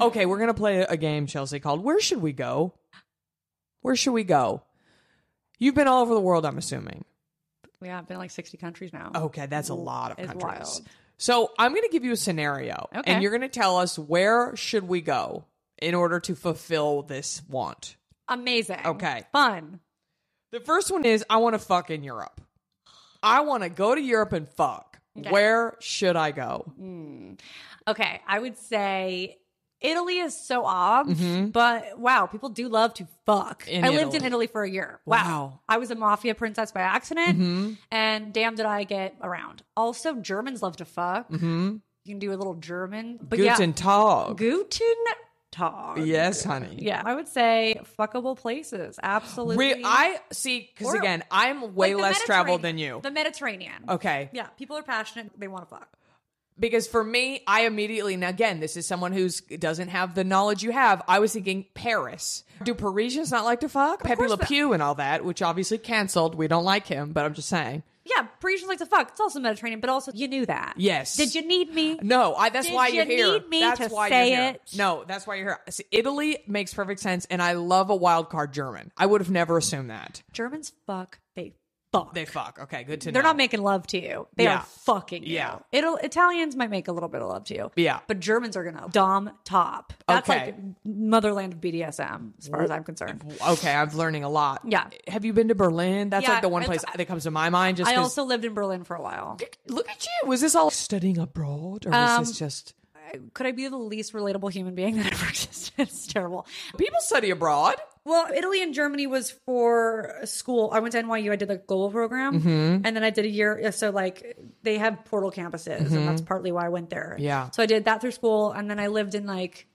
S1: Okay, we're gonna play a game, Chelsea, called Where Should We Go? Where should we go? You've been all over the world, I'm assuming.
S2: We have been in, like 60 countries now.
S1: Okay, that's a lot of
S2: It's
S1: countries.
S2: wild.
S1: So I'm gonna give you a scenario,
S2: Okay.
S1: and you're gonna tell us where should we go in order to fulfill this want.
S2: Amazing.
S1: Okay.
S2: Fun.
S1: The first one is I want to fuck in Europe. I want to go to Europe and fuck. Where should I go?
S2: Okay. I would say Italy is so off, but wow, people do love to fuck.
S1: Mm-hmm. In
S2: I lived in
S1: Italy.
S2: Italy for a year. Wow.
S1: Wow. Mm-hmm.
S2: I was a mafia princess by accident, and damn, did I get around. Also, Germans love to fuck. You can do a little German. But
S1: Mm-hmm. Guten
S2: yeah.
S1: Tag.
S2: Guten Tag.
S1: yes, honey.
S2: Yeah, I would say fuckable places. Absolutely.
S1: Re- I see because
S2: Or-
S1: again, I'm
S2: Like
S1: way
S2: the
S1: less traveled
S2: Mediterranean-
S1: than you.
S2: The Mediterranean.
S1: okay.
S2: Yeah, people are passionate. They want to fuck.
S1: because for me, I immediately and again, this is someone who doesn't have the knowledge you have. I was thinking Paris. Do Parisians not like to fuck? Pepe Le Pew and all that, which obviously canceled. We don't like him, but I'm just saying.
S2: Yeah, Parisians like to fuck. It's also Mediterranean, but also you knew that.
S1: Yes.
S2: Did you need me?
S1: No, I, that's
S2: Did
S1: why you're
S2: you
S1: here.
S2: need me
S1: that's
S2: to
S1: why
S2: say
S1: you're here.
S2: it?
S1: No, that's why you're here. See, Italy makes perfect sense, and I love a wild card German. I would have never assumed that.
S2: Germans fuck. They fuck.
S1: They fuck. Okay, good to know.
S2: They're not making love to you. They
S1: Yeah.
S2: are fucking you.
S1: Yeah.
S2: It'll, Italians might make a little bit of love to you.
S1: Yeah.
S2: But Germans are going to dom top. That's
S1: Okay.
S2: like motherland of BDSM, as far as I'm concerned.
S1: Okay, I'm learning a lot.
S2: Yeah.
S1: Have you been to Berlin? That's
S2: Yeah,
S1: like the one place
S2: it's-
S1: that comes to my mind. Just
S2: I
S1: 'cause-
S2: also lived in Berlin for a while.
S1: look at you. Was this all studying abroad, or was
S2: Um,
S1: this just
S2: Could I be the least relatable human being that ever (laughs) existed? It's terrible.
S1: people study abroad?
S2: Well, Italy and Germany was for school. I went to NYU. I did the global program, and then I did a year. So like they have portal campuses, and that's partly why I went there.
S1: Yeah.
S2: So I did that through school, and then I lived in like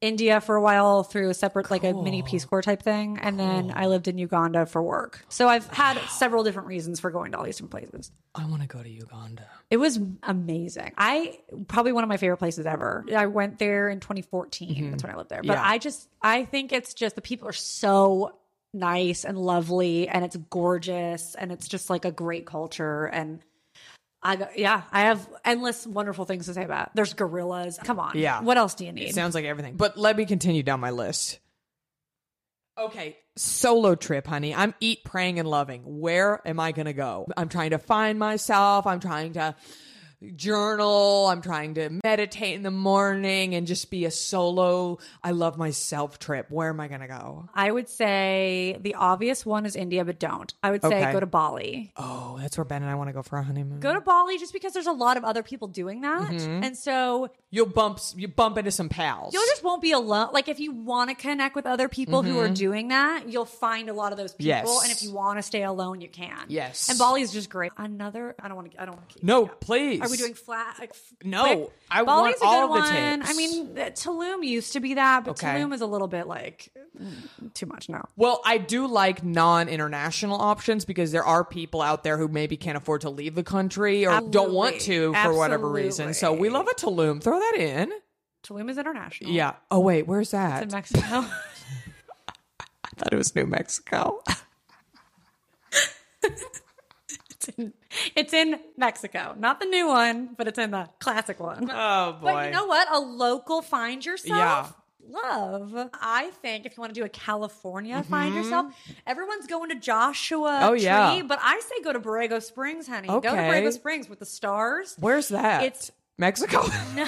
S2: India for a while through a separate like a mini Peace Corps type thing, and then I lived in Uganda for work. So I've had several different reasons for going to all these different places.
S1: I want to go to Uganda.
S2: It was amazing. I probably one of my favorite places ever. I went there in 2014. That's when I lived there. But
S1: Mm-hmm. Yeah.
S2: I just, I think it's just the people are so nice and lovely, and it's gorgeous, and it's just like a great culture. And I, go- yeah, I have endless wonderful things to say about. it. There's gorillas. Come on.
S1: Yeah.
S2: What else do you
S1: It
S2: need?
S1: sounds like everything. But let me continue down my list. Okay, solo trip, honey. I'm eat, praying, and loving. Where am I going to go? I'm trying to find myself. I'm trying to journal. I'm trying to meditate in the morning and just be a solo, I love myself trip. Where am I going to go?
S2: I would say the obvious one is India, but don't. I would say
S1: Okay.
S2: go to Bali.
S1: Oh, that's where Ben and I want to go for our honeymoon.
S2: Go to Bali just because there's a lot of other people doing that.
S1: Mm-hmm.
S2: And so
S1: You'll bump, you bump into some pals.
S2: You'll just won't be alone. Like if you want to connect with other people who are doing that, you'll find a lot of those people.
S1: Mm-hmm. Yes.
S2: And if you want to stay alone, you can.
S1: Yes.
S2: And Bali is just great. Another. I don't want to. I don't want to keep.
S1: no, please.
S2: Are we doing flat? Like, f-
S1: No,
S2: quick?
S1: I want
S2: Bali's a
S1: all
S2: good
S1: the
S2: one.
S1: tips.
S2: I mean, th- Tulum used to be that, but
S1: Okay.
S2: Tulum is a little bit like mm, too much now.
S1: Well, I do like non-international options because there are people out there who maybe can't afford to leave the country or don't want to
S2: Absolutely.
S1: for whatever reason. So we love a Tulum. Throw that in.
S2: Tulum is international.
S1: Yeah. Oh wait, where's that?
S2: In Mexico. (laughs)
S1: I thought it was New Mexico. (laughs)
S2: it's in Mexico, not the new one, but it's in the classic one.
S1: oh boy.
S2: But you know what? A local find yourself.
S1: Yeah.
S2: Love. I think if you want to do a California find yourself, everyone's going to Joshua
S1: Mm-hmm. Oh,
S2: Tree,
S1: yeah.
S2: but I say go to Borrego Springs, honey. Go to
S1: Okay.
S2: Borrego Springs with the stars.
S1: where's that?
S2: It's-
S1: Mexico.
S2: (laughs)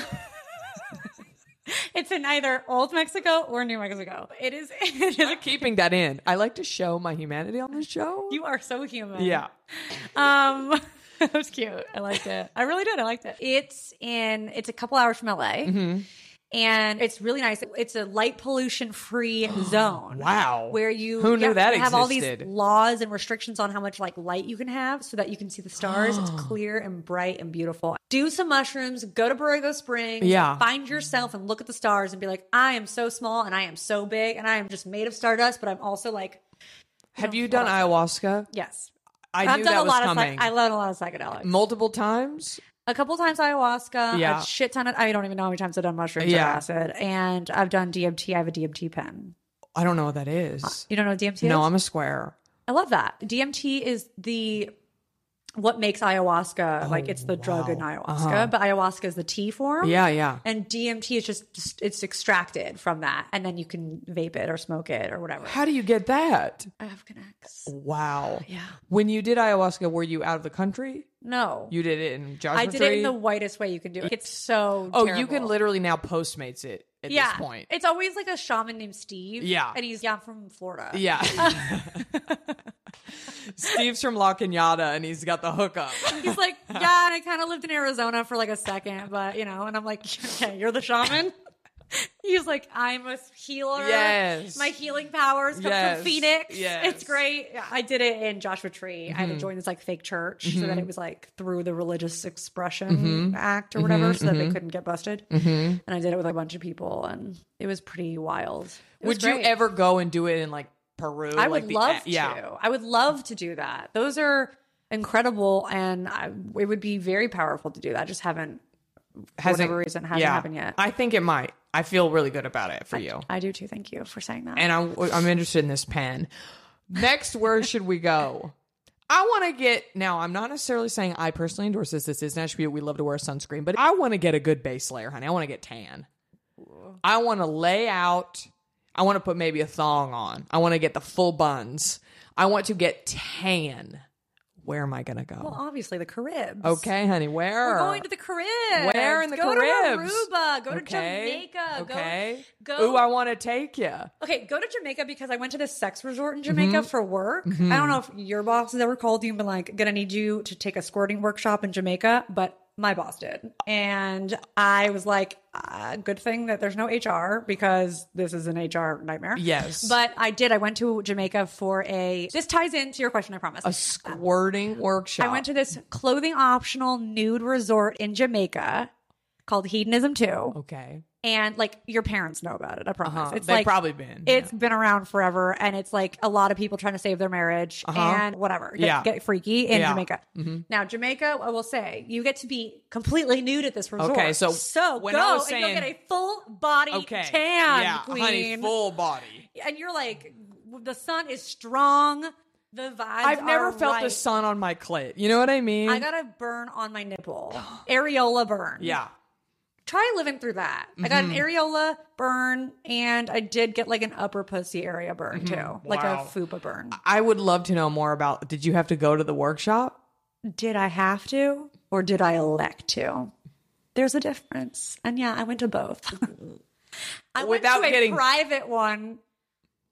S2: It's in either Old Mexico or New Mexico. It is. (laughs) It is
S1: (laughs)
S2: a,
S1: Keeping that in. I like to show my humanity on the show.
S2: (laughs) you are so human.
S1: yeah.
S2: Um, (laughs) that was cute. I liked it. I really did. I liked it. Mm-hmm. It's in. It's a couple hours from LA, and it's really nice. It's a light pollution (gasps) free zone.
S1: Wow.
S2: Where you
S1: Who knew
S2: yeah,
S1: that
S2: they have all these
S1: existed?
S2: laws and restrictions on how much like light you can have so that you can see the stars. (gasps) it's clear and bright and beautiful. Do some mushrooms. Go to Borrego Springs.
S1: Yeah.
S2: Find yourself and look at the stars and be like, I am so small and I am so big and I am just made of stardust, but I'm also like,
S1: Have you done ayahuasca?
S2: yes.
S1: I
S2: have
S1: knew
S2: done
S1: that
S2: a
S1: was
S2: lot of
S1: coming.
S2: psych- I love a lot of psychedelics.
S1: Multiple times.
S2: a couple times ayahuasca,
S1: Yeah.
S2: a shit ton of I don't even know how many times I've done mushrooms
S1: Yeah.
S2: or acid, and I've done DMT. I have a DMT pen.
S1: I don't know what that is.
S2: You don't know what DMT?
S1: No,
S2: is?
S1: I'm a square.
S2: I love that. DMT is the what makes ayahuasca like it's the drug in ayahuasca, but ayahuasca is the tea form.
S1: Oh, Uh-huh. Yeah, yeah.
S2: And DMT is just, just it's extracted from that, and then you can vape it or smoke it or whatever.
S1: How do you get that?
S2: I have connects.
S1: Wow. Yeah. When you did ayahuasca, were you out of the country?
S2: No,
S1: You did it in Joshua
S2: I did it in the whitest way you can do it. It's so
S1: Oh, you
S2: terrible.
S1: can literally now Postmates it at
S2: yeah.
S1: this point.
S2: It's always like a shaman named Steve.
S1: Yeah.
S2: and he's yeah I'm from Florida. (laughs)
S1: yeah. Steve's from La Cunada and he's got the hookup.
S2: He's like, yeah, and I kind of lived in Arizona for like a second, but you know, and I'm like, okay, you're the shaman. He's like, I'm a healer.
S1: Yes.
S2: My healing powers come
S1: Yes.
S2: from Phoenix.
S1: Yes. Mm-hmm.
S2: It's great. Yeah, I did it in Joshua Tree. I had to join this like fake church so that it was like through the religious expression
S1: Mm-hmm.
S2: act or whatever so that they couldn't get busted. And I did it with a bunch of people and it was pretty wild. It was
S1: Would you
S2: great.
S1: ever go and do it in like Peru?
S2: I
S1: like
S2: would
S1: the-
S2: love
S1: Yeah.
S2: to. I would love to do that. Those are incredible, and I, it would be very powerful to do that. I just haven't
S1: hasn't,
S2: whatever reason, hasn't
S1: yeah.
S2: happened yet.
S1: I think it might. I feel really good about it for you.
S2: I do too. Thank you for saying that.
S1: and I'm, I'm interested in this pen. Next, where should we go? I want to get now. I'm not necessarily saying I personally endorse this. This is an attribute we love to wear sunscreen, but I want to get a good base layer, honey. I want to get tan. I want to lay out. I want to put maybe a thong on. I want to get the full buns. I want to get tan. Where am I gonna go?
S2: well, obviously the Caribs.
S1: okay, honey. Where?
S2: We're going to the Caribs.
S1: Where in the
S2: go
S1: Caribs?
S2: Go to Aruba. Go
S1: Okay,
S2: to Jamaica.
S1: Okay.
S2: Go. go
S1: Ooh, I want to take you.
S2: Okay, go to Jamaica because I went to this sex resort in Jamaica
S1: Mm-hmm.
S2: for work. I don't know if your boss has ever called you and been like, gonna need you to take a squirting workshop in Jamaica, but my boss did. And I was like, uh, good thing that there's no HR because this is an HR nightmare.
S1: Yes.
S2: But I did. I went to Jamaica for a, this ties into your question, I promise.
S1: A squirting workshop.
S2: I went to this clothing optional nude resort in Jamaica called Hedonism 2
S1: Okay.
S2: and like your parents know about it. I promise.
S1: Uh-huh.
S2: It's
S1: They've
S2: like
S1: probably been,
S2: It's been around forever, and it's like a lot of people trying to save their marriage and whatever. Get,
S1: Uh-huh. Yeah.
S2: get freaky in
S1: Yeah. Mm-hmm.
S2: Jamaica. Now, Jamaica, I will say, you get to be completely nude at this resort.
S1: Okay, so
S2: so
S1: when
S2: go
S1: I was
S2: and
S1: saying-
S2: you'll get a full body
S1: Okay.
S2: tan,
S1: yeah,
S2: queen.
S1: honey, full body.
S2: and you're like, the sun is strong. The vibes.
S1: I've never
S2: are
S1: felt the
S2: right.
S1: sun on my clit. You know what I mean?
S2: I got a burn on my nipple,
S1: (gasps)
S2: areola burn.
S1: yeah.
S2: try living through that. I got an
S1: Mm-hmm.
S2: areola burn and I did get like an upper pussy area burn too, like a
S1: Mm-hmm. Wow. Uh,
S2: fupa burn.
S1: I would love to know more about. Did you have to go to the workshop?
S2: Did I have to or did I elect to? There's a difference. And yeah, I went to both. (laughs) I
S1: Without
S2: went to
S1: getting-
S2: a private one.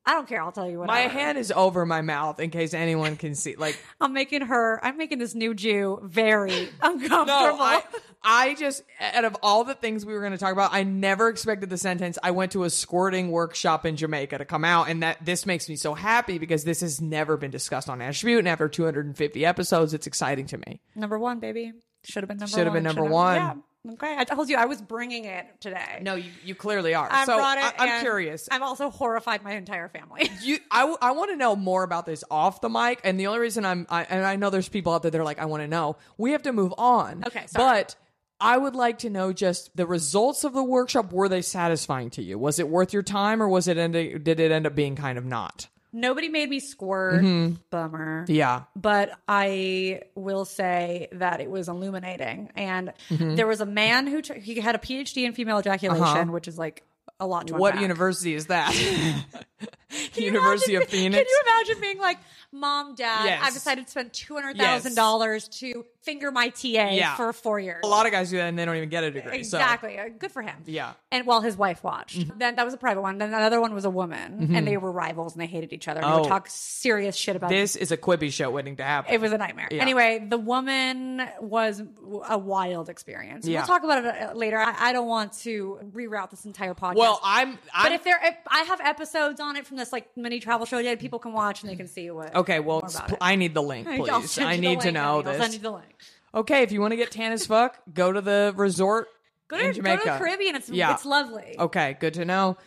S2: I don't care. I'll tell you what.
S1: My hand is over my mouth in case anyone can see.
S2: (laughs)
S1: Like,
S2: I'm making her. I'm making this new Jew
S1: (laughs)
S2: very (laughs)
S1: no,
S2: uncomfortable.
S1: I, I just, out of all the things we were going to talk about, I never expected the sentence. I went to a squirting workshop in Jamaica to come out, and that this makes me so happy because this has never been discussed on Attribute, and after 250 episodes, it's exciting to me.
S2: number one, baby. Should have been number.
S1: Should've been
S2: one.
S1: number
S2: Should've-
S1: one.
S2: Yeah. Okay. I told you I was bringing it today.
S1: No, you, you clearly are.
S2: I
S1: so
S2: brought it.
S1: I, I'm
S2: and
S1: curious.
S2: I'm also horrified my entire family. (laughs)
S1: you I, want to know more about this off the mic and the only reason I'm I, and I know there's people out there that are like I want to know we have to move on
S2: Okay, sorry.
S1: but I would like to know just the results of the workshop were they satisfying to you was it worth your time or was it end did it end up being kind of not
S2: Nobody made me squirt. Bummer.
S1: Mm-hmm. yeah
S2: But I will say that it was illuminating. And
S1: Mm-hmm.
S2: there was a man who t- he had a PhD in female ejaculation, which is like a lot to
S1: Uh-huh. what
S2: unpack.
S1: university is that
S2: (laughs)
S1: (laughs)
S2: Can you
S1: University of
S2: imagine-
S1: Phoenix
S2: Can you imagine being like, Mom, Dad,
S1: Yes.
S2: I've decided to spend two hundred thousand dollars to finger my TA
S1: Yeah.
S2: for four years.
S1: a lot of guys do that and they don't even get a degree so-
S2: Exactly. Uh, Good for him.
S1: Yeah. Mm-hmm.
S2: And while his wife watched. Then that was a private one. Then another one was a woman, and they were rivals and they hated each other. And They
S1: Oh.
S2: would talk serious shit about
S1: this is a quibby show waiting to happen
S2: It was a nightmare. Anyway, the woman was w- a wild experience.
S1: Yeah.
S2: We'll talk about it uh, later. I, I don't want to reroute this entire podcast.
S1: well I'm I'm
S2: but if there, if I have episodes on it from this like mini travel show that people can watch and they can see what.
S1: okay well
S2: more about
S1: expl-
S2: it. (laughs)
S1: I need the link
S2: I'll
S1: please
S2: send
S1: I
S2: you the
S1: need to
S2: link,
S1: know
S2: honey. I'll
S1: this
S2: send you the link.
S1: okay, if you want to get tan as fuck, (laughs) go to the resort
S2: Go
S1: in
S2: to, go
S1: Jamaica.
S2: to the Caribbean. It's
S1: Yeah. Oh.
S2: it's lovely.
S1: Okay, good to know. (sighs)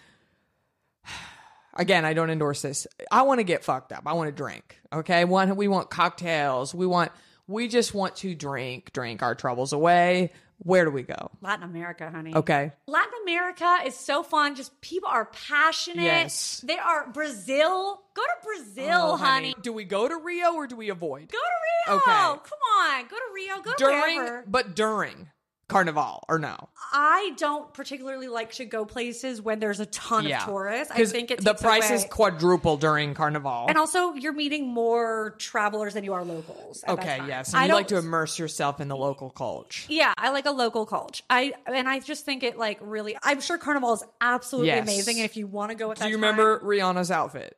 S1: Again, I don't endorse this. I want to get fucked up. I want to drink. Okay, one we want cocktails. We want we just want to drink, drink our troubles away. Where do we go?
S2: Latin America, honey.
S1: Okay,
S2: Latin America is so fun. Just people are passionate.
S1: Yes.
S2: They are Brazil. Go to Brazil,
S1: Oh,
S2: honey.
S1: Do we go to Rio or do we avoid?
S2: Go to Rio.
S1: Okay.
S2: Come on. Go to Rio. Go to
S1: during,
S2: wherever.
S1: but during Carnival or no?
S2: I don't particularly like to go places when there's a ton of tourists. I
S1: 'Cause
S2: think it
S1: the
S2: takes
S1: price is
S2: away-
S1: quadruple during Carnival.
S2: and also you're meeting more travelers than you are locals. at that
S1: Okay,
S2: time.
S1: yes. And
S2: I
S1: you like to
S2: don't-
S1: immerse yourself in the local culture.
S2: Yeah, I like a local culture. I and I just think it like really. I'm sure Carnival is absolutely
S1: Yes.
S2: amazing. And if you want to go at that,
S1: Do you
S2: time-
S1: remember Rihanna's outfit?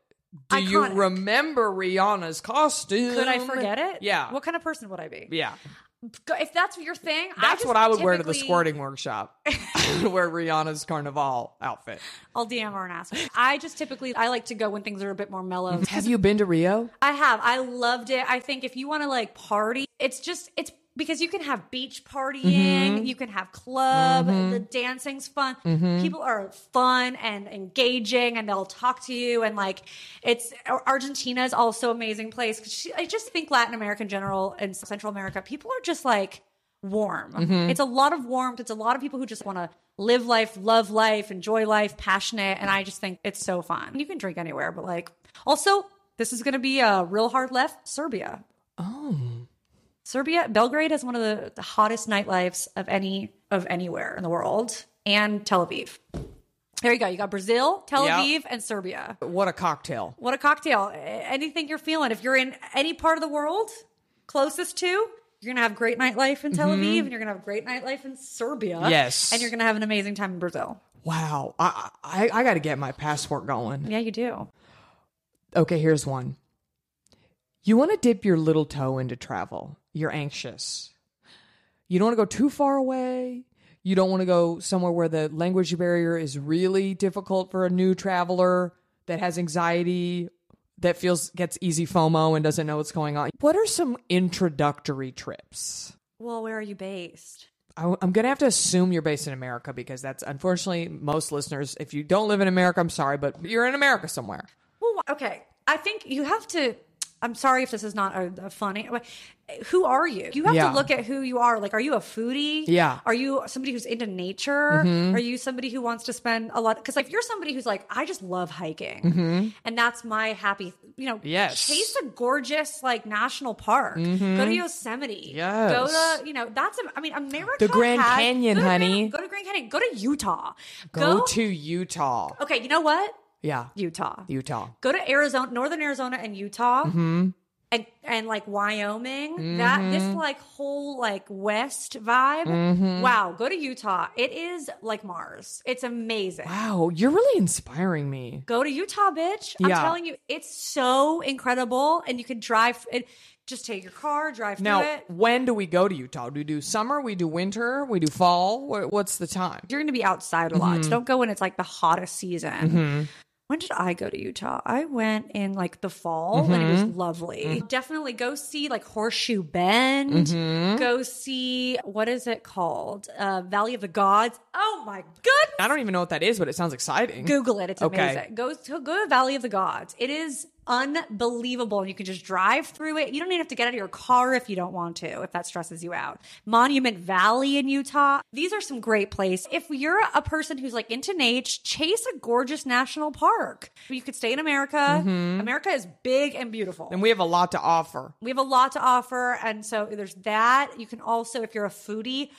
S1: Do you
S2: Iconic.
S1: remember Rihanna's costume?
S2: Could I forget it?
S1: Yeah.
S2: What kind of person would I be?
S1: yeah.
S2: Go- If that's your thing, I
S1: That's
S2: just
S1: what I would wear to the
S2: typically-
S1: squirting
S2: (laughs)
S1: workshop. (laughs) I would wear Rihanna's carnival outfit.
S2: I'll DM her and ask. her. I just typically I like to go when things are a bit more mellow.
S1: (laughs) Have you been to Rio?
S2: I have. I loved it. I think if you want to like party, it's just it's because you can have beach partying,
S1: Mm-hmm.
S2: you can have club, the dancing's fun. People are fun and engaging and they'll talk to you and like it's Ar- Argentina is also an amazing place 'Cause she, I just think Latin America in general and Central America, people are just like warm. It's a lot of warmth. It's a lot of people who just want to live life, love life, enjoy life, passionate. And I just think it's so fun. You can drink anywhere, but like also, this is going to be a real hard left Serbia. Serbia, Belgrade has one of the, the hottest nightlifes of any of anywhere in the world, and Tel Aviv. There you go. You got Brazil, Tel
S1: Yeah.
S2: Aviv, and Serbia.
S1: What a cocktail.
S2: What a cocktail! A- Anything you're feeling, if you're in any part of the world closest to, you're gonna have great nightlife in Tel Aviv, and you're gonna have great nightlife in Serbia.
S1: Yes.
S2: and you're gonna have an amazing time in Brazil.
S1: Wow. I I, I got to get my passport going.
S2: Yeah, you do.
S1: Okay, here's one. You want to dip your little toe into travel. You're anxious. You don't want to go too far away. You don't want to go somewhere where the language barrier is really difficult for a new traveler that has anxiety, that feels gets easy FOMO and doesn't know what's going on. What are some introductory trips?
S2: Well, where are you based?
S1: I, am going to have to assume you're based in America because that's unfortunately most listeners. If you don't live in America, I'm sorry, but you're in America somewhere.
S2: Well, okay. I think you have to. I'm sorry if this is not a, a funny. but Who are you? You have
S1: Yeah.
S2: to look at who you are. Like, are you a foodie?
S1: Yeah. Mm-hmm.
S2: Are you somebody who's into nature? Are you somebody who wants to spend a lot? Because if you're somebody who's like, I just love hiking, and that's my happy. You know,
S1: Mm-hmm. Yes. Mm-hmm.
S2: Chase a gorgeous like national park. Go to Yosemite.
S1: Yes.
S2: Go to you know that's. a- I mean,
S1: The
S2: America.
S1: Grand
S2: has-
S1: Canyon,
S2: go to Grand-
S1: honey.
S2: Go to Grand Canyon. Go to Utah.
S1: Go, to Utah.
S2: Okay, you know what?
S1: Yeah.
S2: Utah
S1: Utah.
S2: go to Arizona, Northern Arizona, and Utah,
S1: Mm-hmm.
S2: and and like Wyoming. That this like whole like West vibe.
S1: Mm-hmm.
S2: Wow, go to Utah. It is like Mars. It's amazing.
S1: Wow, you're really inspiring me.
S2: Go to Utah, bitch. I'm
S1: Yeah.
S2: telling you, it's so incredible, and you can drive. It, just take your car, drive
S1: Now,
S2: through it.
S1: when do we go to Utah? Do we do summer? We do winter? We do fall? Wha- What's the time?
S2: You're going to be outside a lot. So don't go when it's like the hottest season. When did I go to Utah? I went in like the fall and it was lovely. Definitely go see like Horseshoe Bend. Go see what is it called? Uh, Valley of the Gods. Oh my goodness.
S1: I don't even know what that is, but it sounds exciting.
S2: Google it. It's
S1: Okay.
S2: amazing. Go to go to Valley of the Gods. It is unbelievable. You can just drive through it. You don't even have to get out of your car if you don't want to, if that stresses you out. Monument Valley in Utah. These are some great places. If you're a person who's like into nature, chase a gorgeous national park. You could stay in America. America is big and beautiful.
S1: And we have a lot to offer.
S2: We have a lot to offer. And so there's that. You can also, if you're a foodie,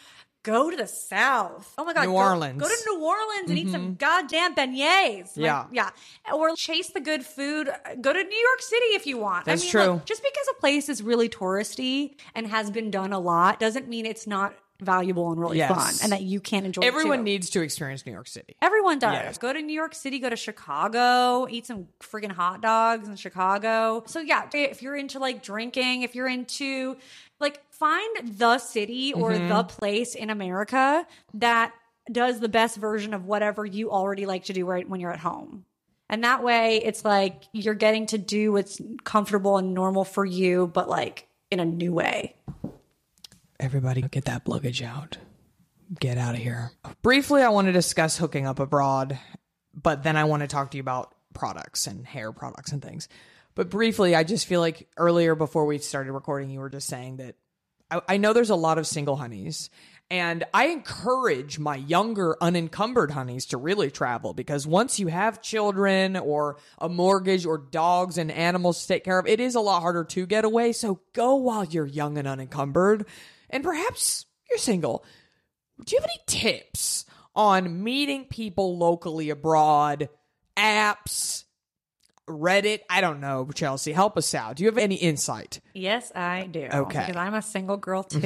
S2: go to the South. Oh my God.
S1: New
S2: go,
S1: Orleans. Mm-hmm.
S2: Go to New Orleans and eat some goddamn beignets. Like,
S1: Yeah.
S2: yeah. Or chase the good food. Go to New York City if you want.
S1: That's
S2: I mean,
S1: true.
S2: Look, just because a place is really touristy and has been done a lot doesn't mean it's not valuable and really
S1: Yes.
S2: fun and that you can't enjoy it.
S1: Everyone
S2: too.
S1: needs to experience New York City.
S2: Everyone does.
S1: Yes.
S2: Go to New York City, go to Chicago, eat some friggin' hot dogs in Chicago. So, yeah, if you're into like drinking, if you're into like find the city or the place in America that does the best version of whatever you already like to do right when you're at home. And that way it's like you're getting to do what's comfortable and normal for you, but like in a new way.
S1: Everybody, get that luggage out. Get out of here. Briefly, I want to discuss hooking up abroad, but then I want to talk to you about products and hair products and things. But briefly, I just feel like earlier before we started recording, you were just saying that I, I know there's a lot of single honeys, and I encourage my younger, unencumbered honeys to really travel because once you have children or a mortgage or dogs and animals to take care of, it is a lot harder to get away. So go while you're young and unencumbered, and perhaps you're single. Do you have any tips on meeting people locally abroad, apps, Reddit? I don't know, Chelsea. Help us out. Do you have any insight?
S2: Yes, I do.
S1: Okay.
S2: Because I'm a single girl too,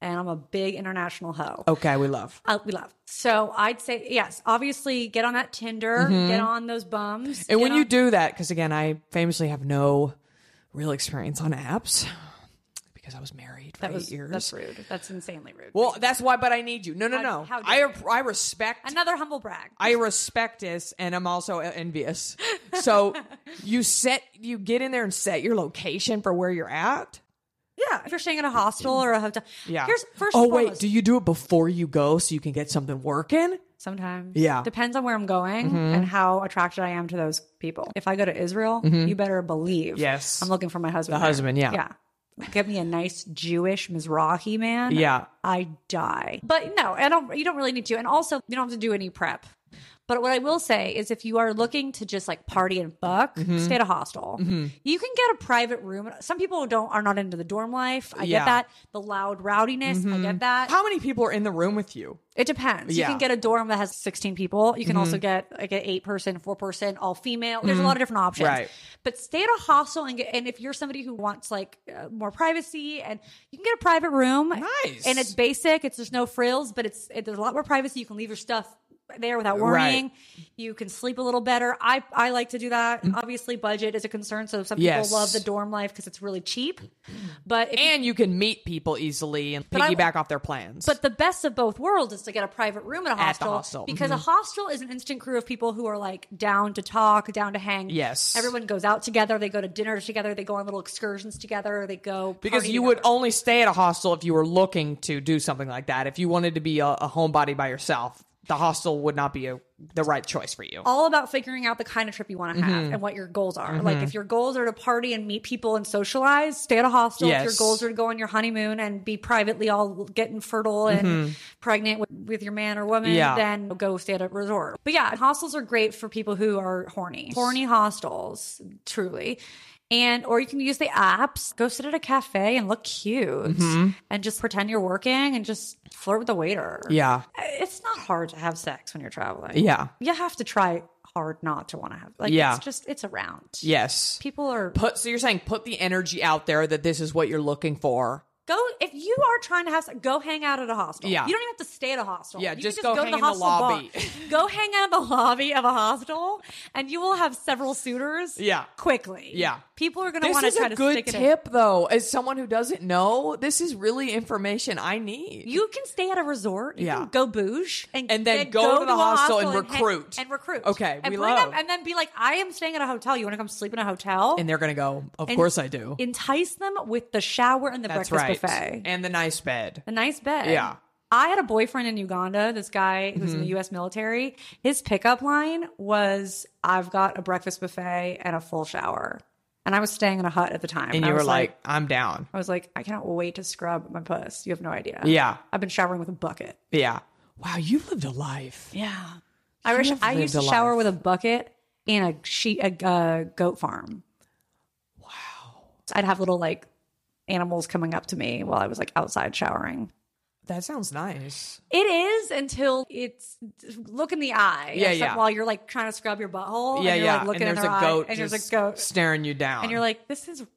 S2: and I'm a big international hoe.
S1: Okay, we love.
S2: Uh, we love. So I'd say yes. Obviously, get on that Tinder. Get on those bums.
S1: Mm-hmm. And
S2: get
S1: when
S2: on-
S1: you do that, because again, I famously have no real experience on apps (sighs) because I was married for
S2: that
S1: eight
S2: was
S1: years.
S2: that's rude. That's insanely rude.
S1: Well, that's why. But I need you. No, no, no.
S2: how
S1: I
S2: dare
S1: I respect.
S2: another humble brag.
S1: I respect this, and I'm also e,
S2: (laughs)
S1: envious. So you set you get in there and set your location for where you're at.
S2: yeah, if you're staying in a hostel or a hotel.
S1: Yeah.
S2: Here's first.
S1: Oh
S2: and
S1: wait,
S2: foremost-
S1: do you do it before you go so you can get something working?
S2: Sometimes.
S1: Yeah. Mm-hmm.
S2: Depends on where I'm going and how attracted I am to those people. If I go to Israel, you better believe.
S1: Mm-hmm. Yes.
S2: I'm looking for my husband.
S1: The
S2: there.
S1: husband, yeah.
S2: Yeah. Get me a nice Jewish Mizrahi man.
S1: Yeah.
S2: I die. But no, I don't. You don't really need to, and also you don't have to do any prep. But what I will say is, if you are looking to just like party and buck,
S1: Mm-hmm.
S2: stay at a hostel. You can get a private room. Some people don't are not into the dorm life.
S1: Yeah.
S2: I
S1: Mm-hmm.
S2: get that. The loud rowdiness. I get that.
S1: How many people are in the room with you?
S2: It depends.
S1: Yeah. Mm-hmm.
S2: You can get a dorm that has 16 people. You can also get like an eight person, four person, all female. There's a lot of different options.
S1: Right.
S2: But stay at a hostel and get, and if you're somebody who wants like uh, more privacy and you can get a private room.
S1: Nice.
S2: And it's basic. It's there's no frills, but it's it, there's a lot more privacy. You can leave your stuff there without worrying. You can sleep a little better. I I like to do that. Obviously, budget is a concern. So some
S1: Mm-hmm. Yes.
S2: people love the dorm life because it's really cheap. But if
S1: And you can meet people easily and
S2: But I-
S1: piggyback off their plans.
S2: But the best of both worlds is to get a private room at a
S1: the
S2: hostel,
S1: hostel, Mm-hmm.
S2: because a hostel is an instant crew of people who are like down to talk, down to hang.
S1: Yes.
S2: everyone goes out together. They go to dinners together. They go on little excursions together. They go
S1: because
S2: party
S1: you would
S2: together.
S1: only stay at a hostel if you were looking to do something like that. If you wanted to be a, a homebody by yourself, the hostel would not be a, the right choice for you.
S2: all about figuring out the kind of trip you want to
S1: Mm-hmm.
S2: have and what your goals are. Like if your goals are to party and meet people and socialize, stay at a hostel. If
S1: Yes.
S2: your goals are to go on your honeymoon and be privately all getting fertile and pregnant with, with your man or woman,
S1: Mm-hmm. Yeah.
S2: then go stay at a resort. But yeah, hostels are great for people who are horny. Horny hostels, truly. And or you can use the apps, go sit at a cafe and look cute
S1: Mm-hmm.
S2: and just pretend you're working and just flirt with the waiter.
S1: yeah.
S2: It's not hard to have sex when you're traveling
S1: Yeah.
S2: you have to try hard not to want to have like
S1: Yeah.
S2: it's just it's around
S1: Yes.
S2: people are
S1: Put so you're saying put the energy out there that this is what you're looking for.
S2: go if you are trying to have sex, go hang out at a hostel
S1: Yeah.
S2: you don't even have to stay at a hostel
S1: Yeah,
S2: You can
S1: just go hang in the lobby.
S2: bar. (laughs) go hang out in the lobby of a hostel and you will have several suitors
S1: Yeah.
S2: quickly
S1: Yeah.
S2: people are gonna
S1: This
S2: want to
S1: is
S2: try
S1: a
S2: to
S1: good
S2: stick it in.
S1: tip though. As someone who doesn't know, this is really information I need.
S2: you can stay at a resort. You
S1: Yeah.
S2: can go bouge and,
S1: And then go to the
S2: a
S1: hostel and
S2: hang-
S1: recruit.
S2: and recruit.
S1: Okay,
S2: and
S1: we
S2: bring
S1: love.
S2: Up, and then be like, I am staying at a hotel. You want to come sleep in a hotel?
S1: and they're gonna go, Of
S2: and
S1: course I do.
S2: Entice them with the shower and the
S1: That's right.
S2: breakfast buffet.
S1: And the nice bed.
S2: the nice bed.
S1: Yeah. Mm-hmm.
S2: I had a boyfriend in Uganda, this guy who was in the US military. His pickup line was I've got a breakfast buffet and a full shower. And I was staying in a hut at the time.
S1: And
S2: I
S1: you were
S2: was
S1: like, I'm down.
S2: I was like, I cannot wait to scrub my puss. You have no idea.
S1: Yeah.
S2: I've been showering with a bucket.
S1: Yeah. Wow, you lived a life.
S2: Yeah. I wish
S1: have
S2: I
S1: lived
S2: used
S1: a
S2: to shower
S1: life.
S2: with a bucket in a she a uh, goat farm. Wow. I'd have little like animals coming up to me while I was like outside showering.
S1: That sounds nice.
S2: It is until it's look in the eye.
S1: Yeah,
S2: Except
S1: yeah.
S2: While you're like trying to scrub your
S1: yeah,
S2: butthole. Oh, and you're,
S1: yeah.
S2: Like, looking
S1: and
S2: in
S1: there's
S2: their
S1: a
S2: eye,
S1: goat,
S2: and there's a
S1: just
S2: goat
S1: staring you down.
S2: and you're like, this is like,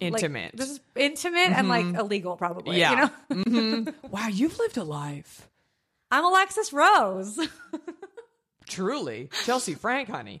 S1: intimate. Mm-hmm.
S2: this is intimate and like illegal, probably.
S1: Yeah. Mm-hmm.
S2: You know,
S1: wow, you've lived a life.
S2: I'm Alexis Rose. (laughs)
S1: Truly, Chelsea Frank, honey.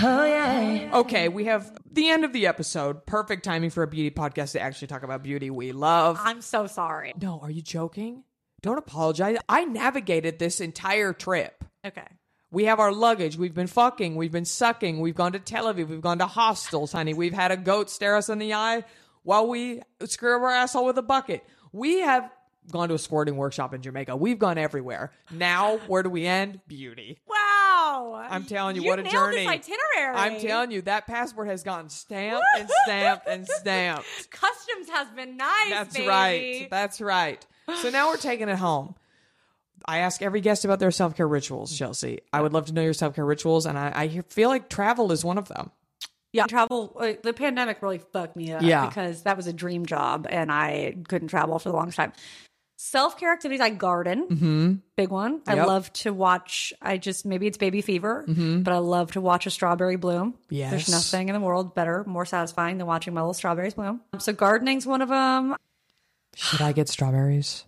S1: Okay, we have the end of the episode. Perfect timing for a beauty podcast to actually talk about beauty we love.
S2: I'm so sorry.
S1: no, are you joking? Don't apologize. I navigated this entire trip.
S2: Okay.
S1: We have our luggage. We've been fucking. We've been sucking. We've gone to Tel Aviv. We've gone to hostels, honey. We've had a goat stare us in the eye while we screw our asshole with a bucket. We have gone to a squirting workshop in Jamaica. We've gone everywhere. Now, where do we end? Beauty.
S2: Wow.
S1: I'm telling you, what a
S2: nailed
S1: journey.
S2: This itinerary.
S1: I'm telling you, that passport has gotten stamped
S2: (laughs)
S1: and stamped and stamped.
S2: Customs has been nice.
S1: That's
S2: baby.
S1: right. That's right. So now we're taking it home. I ask every guest about their self care rituals, Chelsea. I would love to know your self care rituals, and I, I hear- feel like travel is one of them.
S2: Yeah, travel. uh, The pandemic really fucked me up.
S1: Yeah.
S2: because that was a dream job, and I couldn't travel for a long time. Self care activities. I garden. Mm-hmm. Big one. I
S1: Yep.
S2: love to watch. I just maybe it's baby fever, but I love to watch a strawberry bloom.
S1: Yes.
S2: there's nothing in the world better, more satisfying than watching my little strawberries bloom. Um, So gardening's one of them.
S1: Should I get strawberries?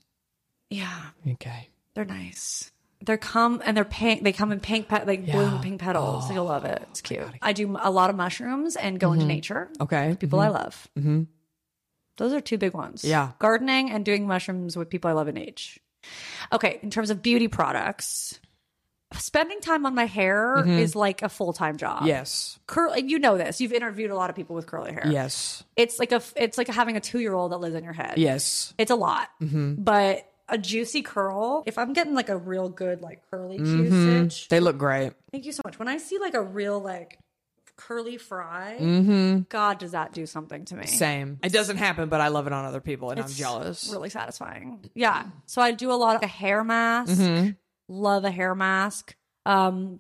S2: Yeah,
S1: Okay.
S2: they're nice. They're come and they're pink. They come in pink, pe- like blue and pink petals. You'll love it. It's cute. I do a lot of mushrooms and go into nature.
S1: Okay.
S2: people I love. Those are two big ones.
S1: Mm-hmm. Yeah.
S2: gardening and doing mushrooms with people I love in age. Okay, in terms of beauty products, spending time on my hair
S1: Mm-hmm.
S2: is like a full time job.
S1: Yes.
S2: curl. You know this. You've interviewed a lot of people with curly hair.
S1: Yes.
S2: it's like a it's like having a two year old that lives in your head.
S1: Yes.
S2: It's a lot,
S1: Mm-hmm.
S2: but a juicy curl. If I'm getting like a real good like curly
S1: Mm-hmm.
S2: juice,
S1: They look great.
S2: thank you so much. When I see like a real like curly fry, God, does that do something to me?
S1: Mm-hmm. Same. It doesn't happen, but I love it on other people and I'm
S2: It's
S1: jealous.
S2: Really satisfying. Yeah. So I do a lot of a hair mask.
S1: Mm-hmm.
S2: Love a hair mask. Um,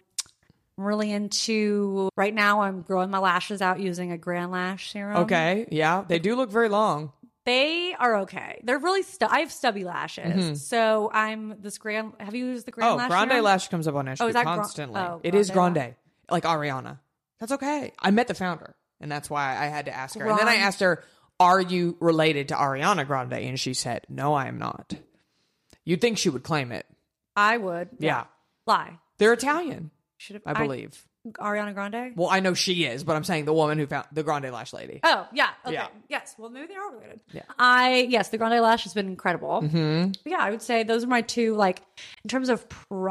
S2: I'm really into right now. I'm growing my lashes out using a Grand Lash serum.
S1: okay. Yeah. They do look very long.
S2: They are okay. They're really stu- I have stubby lashes, so I'm this grand. Have you used the grand?
S1: Mm-hmm. Oh,
S2: lash
S1: Grande
S2: serum?
S1: Lash comes up on Ashby
S2: is that Gran-
S1: constantly.
S2: oh,
S1: it is
S2: Grande
S1: Grande, like Ariana. That's okay. I met the founder, and that's why I had to ask her. And then I
S2: Gran-
S1: asked her, "Are you related to Ariana Grande?" And she said, "No, I am not." You'd think she would claim it.
S2: I would.
S1: Yeah,
S2: Lie.
S1: they're Italian,
S2: Should have.
S1: I believe.
S2: Ariana Grande.
S1: well, I know she is, but I'm saying the woman who found the Grande Lash lady.
S2: Oh yeah, okay.
S1: Yeah.
S2: Yes. Well, maybe they are related.
S1: Yeah. Mm-hmm.
S2: I yes, the Grande Lash has been incredible. Yeah, I would say those are my two. Like in terms of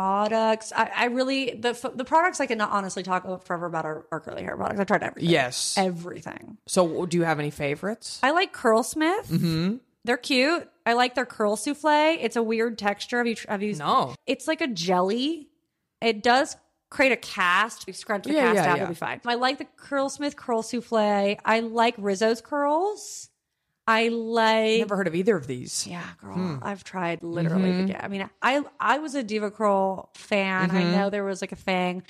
S2: products, I, I really the f- the products I can honestly talk about forever about our, our curly hair products. I've tried everything.
S1: Yes.
S2: everything.
S1: So, do you have any favorites?
S2: I like Curlsmith.
S1: Mm-hmm.
S2: They're cute. I like their curl souffle. It's a weird texture. Have you tr- have you?
S1: No.
S2: It's like a jelly. It does create a cast. You scrunch the
S1: Yeah,
S2: cast
S1: yeah,
S2: out,
S1: yeah.
S2: it'll be fine. I like the Curlsmith curl souffle. I like Rizzo's curls. I like.
S1: Never heard of either of Hmm. Mm-hmm. these.
S2: yeah, girl. I've tried literally. to get- I mean, I I was a Diva Curl fan.
S1: Mm-hmm.
S2: I know there was like a thing.